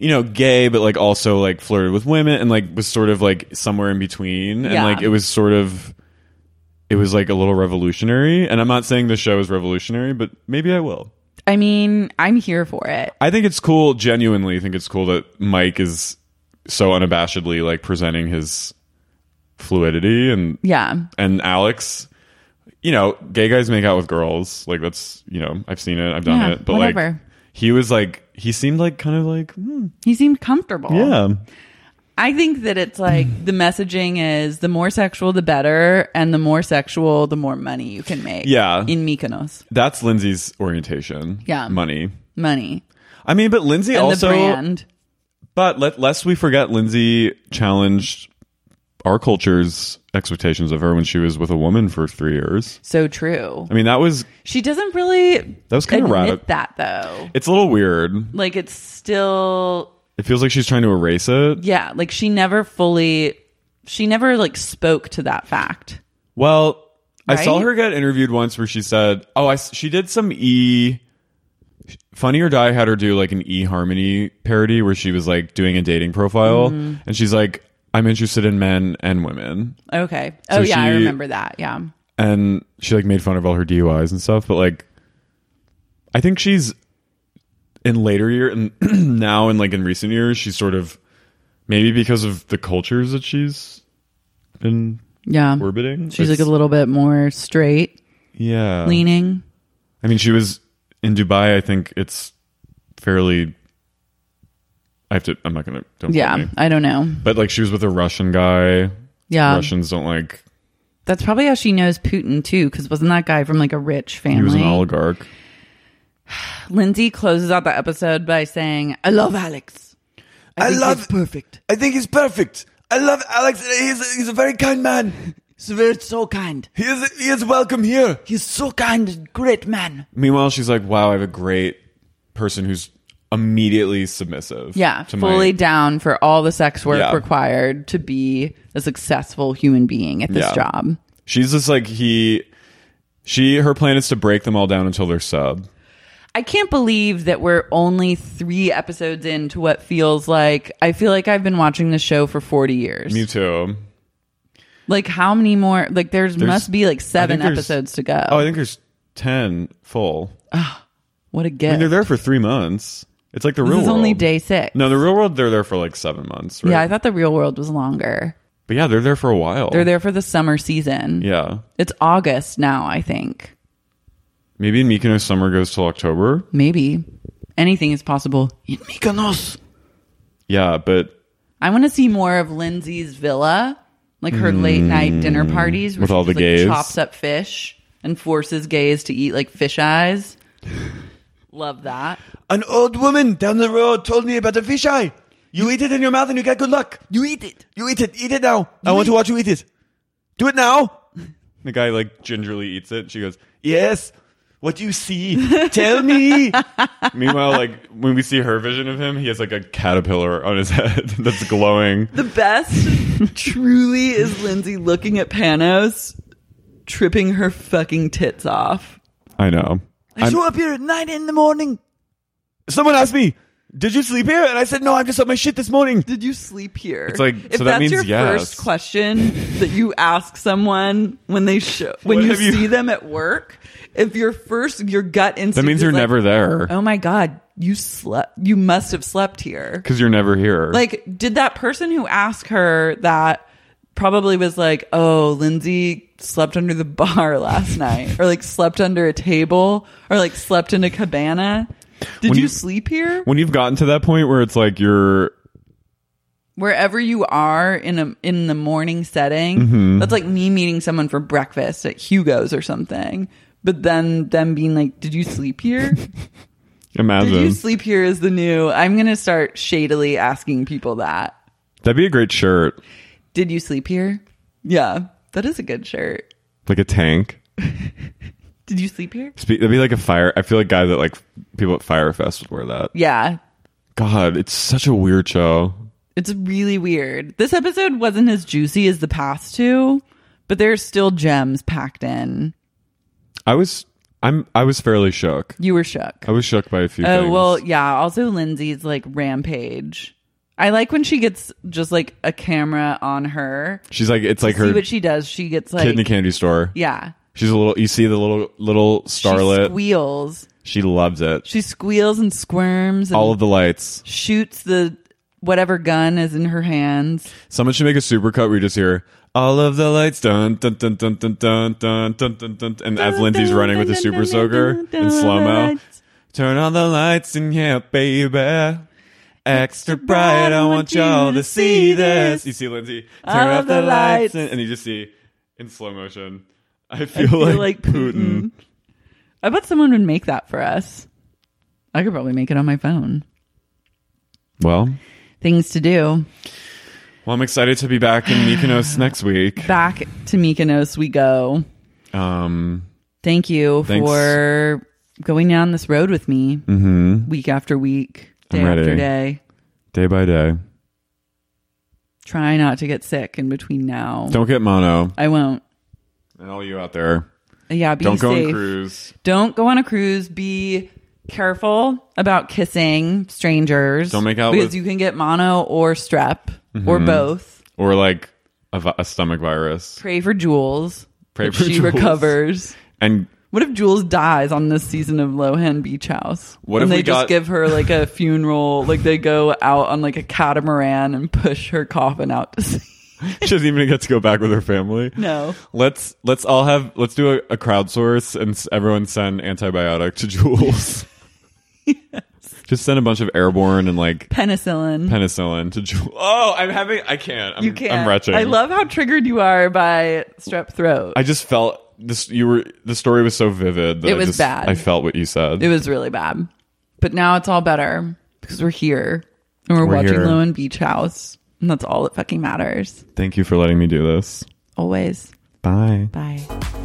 D: you know gay but like also like flirted with women and like was sort of like somewhere in between and
A: Yeah.
D: like it was sort of it was like a little revolutionary and I'm not saying the show is revolutionary but maybe I will.
A: I mean, I'm here for it.
D: I think it's cool genuinely I think it's cool that Mike is so unabashedly like presenting his fluidity and
A: Yeah.
D: and Alex, you know, gay guys make out with girls. Like that's you know, I've seen it, I've done
A: Yeah,
D: it. But like
A: whatever.
D: he was like he seemed like kind of like hmm,
A: He seemed comfortable.
D: yeah.
A: I think that it's like the messaging is the more sexual, the better, and the more sexual, the more money you can make.
D: Yeah.
A: In Mykonos.
D: That's Lindsay's orientation.
A: Yeah.
D: Money.
A: Money.
D: I mean, but Lindsay
A: and
D: also
A: the brand.
D: but let lest we forget Lindsay challenged our culture's expectations of her when she was with a woman for three years.
A: So true.
D: I mean that was
A: She doesn't really that
D: was kinda radic-
A: that though.
D: it's a little weird.
A: Like it's still
D: It feels like she's trying to erase it.
A: yeah, like she never fully she never like spoke to that fact.
D: Well, I saw
A: Right?
D: her get interviewed once where she said, "Oh, I s- she did some E." Funny or Die had her do like an E Harmony parody where she was like doing a dating profile,
A: Mhm.
D: and she's like, "I'm interested in men and women,"
A: Okay.
D: So
A: oh yeah, I
D: she-
A: remember that. Yeah.
D: and she like made fun of all her DUIs and stuff. But like, I think she's in <clears throat> later year and now and like in recent years, she's sort of maybe because of the cultures that she's been
A: Yeah.
D: orbiting.
A: She's like
D: It's-
A: a little bit more straight
D: yeah
A: leaning.
D: I mean, she was in Dubai. I think it's fairly. I have to. I'm not gonna. Don't quote
A: Yeah,
D: me.
A: I don't know.
D: But like, she was with a Russian guy.
A: Yeah.
D: Russians don't like.
A: That's probably how she knows Putin too, because wasn't that guy from like a rich family?
D: He was an oligarch.
A: Lindsay closes out the episode by saying, "I love Alex.
C: I
A: think
C: love-
A: he's perfect.
C: I think he's perfect. I love Alex. He's a, he's a very kind man. He's very so kind. He is he is welcome here. He's so kind, and great man.
D: Meanwhile, she's like, "Wow, I have a great person who's immediately submissive."
A: Yeah,
D: to my-
A: fully down for all the sex work
D: Yeah.
A: required to be a successful human being at this
D: Yeah.
A: job.
D: She's just like he. She her plan is to break them all down until they're sub.
A: I can't believe that we're only three episodes into what feels like I feel like I've been watching the show for forty years.
D: Me too.
A: Like how many more? Like there's,
D: There's-
A: must be like
D: I think
A: seven
D: there's-
A: episodes to go.
D: Oh, I think there's ten full.
A: what a
D: I
A: gift!
D: mean, they're there for three months. It's like the
A: this
D: real
A: is
D: world.
A: only day six.
D: No, the real world, they're there for like seven months, right?
A: Yeah, I thought the real world was longer.
D: But yeah, they're there for a while.
A: They're there for the summer season.
D: Yeah.
A: It's August now, I think.
D: Maybe in Mykonos, summer goes till October.
A: Maybe. Anything is possible in Mykonos.
D: Yeah, but
A: I want to see more of Lindsay's villa Like her late night dinner
B: Mm.
A: parties where
D: With
A: she
D: all
A: just,
D: the
A: like,
D: gays.
A: chops up fish and forces gays to eat like fish eyes. Love that.
E: An old woman down the road told me about a fisheye. You eat it in your mouth and you get good luck. You eat it. You eat it. Eat it now. I want to watch you eat it. Do it now.
D: <laughs> The guy like gingerly eats it. She goes,
E: Yes. What do you see? <laughs> Tell me.
D: <laughs> Meanwhile, like when we see her vision of him, he has like a caterpillar on his <laughs> head that's glowing.
A: The best truly is Lindsay looking at Panos, tripping her fucking tits off.
D: I know.
E: I show up here at nine in the morning. Someone asked me, "Did you sleep here?" And I said, "No, I'm just up my shit this morning."
A: Did you sleep here?
D: It's like,
A: if
D: so that
A: that's
D: means
A: your
D: yes.
A: first question that you ask someone when they show when
D: What
A: you
D: have you-
A: see them at work, if your first your gut instinct
D: That means
A: is
D: you're
A: like,
D: never there
A: Oh my god, you slept. You must have slept here.
D: because you're never here.
A: Like, did that person who asked her that probably was like, oh, Lindsay slept under the <laughs> bar last night, or like slept under a table, or like slept in a cabana? Did
D: When
A: you,
D: you-
A: sleep here?
D: when you've gotten to that point where it's like you're
A: Wherever you are in a in the morning setting,
D: Mhm.
A: that's like me meeting someone for breakfast at Hugo's or something. But then them being like, "Did you sleep here? Did
D: imagine
A: you sleep here?" Is the new. I'm gonna start shadily asking people that.
D: that'd be a great shirt,
A: Did you sleep here? Yeah, that is a good shirt.
D: like a tank.
A: Did you sleep here?
D: Spe- That'd be like a fire. I feel like guy that like people at Firefest would wear that.
A: Yeah,
D: God, it's such a weird show.
A: it's really weird. This episode wasn't as juicy as the past two, but there's still gems packed in.
D: I was I'm I was fairly shook.
A: You were shook.
D: I was shook by a few
A: Oh
D: things.
A: well, yeah. Also, Lindsay's like rampage. I like when she gets just like a camera on her.
D: She's like it's like
A: See
D: her
A: what she does. She gets like
D: kid in a candy store.
A: Yeah,
D: She's a little you see the little little starlet. She,
A: squeals.
D: loves it.
A: She squeals and squirms. And
D: All of the lights.
A: shoots the whatever gun is in her hands.
D: Someone should make a supercut where you just hear all of the lights dun dun dun dun dun dun dun dun dun dun and as Lindsay's running with the super soaker in slow mo. Turn on the lights in here, baby. Extra bright, I want y'all to see this. You see Lindsay,
A: All
D: turn
A: of
D: off the
A: the
D: lights,
A: lights.
D: and, and you just see in slow motion. I
A: I
D: feel, like, Putin.
A: I bet someone would make that for us. I could probably make it on my phone.
D: Well,
A: Things to do.
D: well, I'm excited to be back in Mykonos next week.
A: Back to Mykonos we go.
D: Um,
A: Thank you
D: Thanks.
A: for going down this road with me
D: Mhm.
A: week after week,
D: I'm
A: day after
D: ready.
A: day.
D: day by day.
A: Try not to get sick in between now.
D: Don't get mono.
A: I won't.
D: And all you out there,
A: Yeah, be
D: don't go
A: safe.
D: on cruise.
A: Don't go on a cruise. Be careful about kissing strangers.
D: Don't make out
A: because
D: with-
A: you can get mono or strep or
D: Mhm.
A: both.
D: or like a, vi- a stomach virus.
A: Pray for Jules.
D: Pray
A: that
D: for
A: she
D: Jules.
A: recovers.
D: And
A: What if Jules dies on this season of Lohan Beach House?
D: What
A: and
D: if
A: they
D: we
A: just
D: got-
A: give her like a funeral? like they go out on like a catamaran and push her coffin out to sea.
D: she doesn't even get to go back with her family.
A: No.
D: Let's let's all have let's do a, a crowdsource and s- everyone send antibiotic
A: <laughs>
D: to Jules. Just send a bunch of airborne and like
A: Penicillin.
D: penicillin to Jules. Oh, I'm having I can't. I'm,
A: you can't.
D: I'm retching.
A: I love how triggered you are by strep throat.
D: I just felt this. You were the story was so vivid. That
A: It
D: I
A: was
D: just-
A: bad.
D: I felt what you said.
A: It was really bad. But now it's all better because we're here and we're,
D: We're
A: watching
D: here.
A: Lohan Beach House. And that's all that fucking matters.
D: Thank you for letting me do this.
A: Always.
D: Bye.
A: Bye.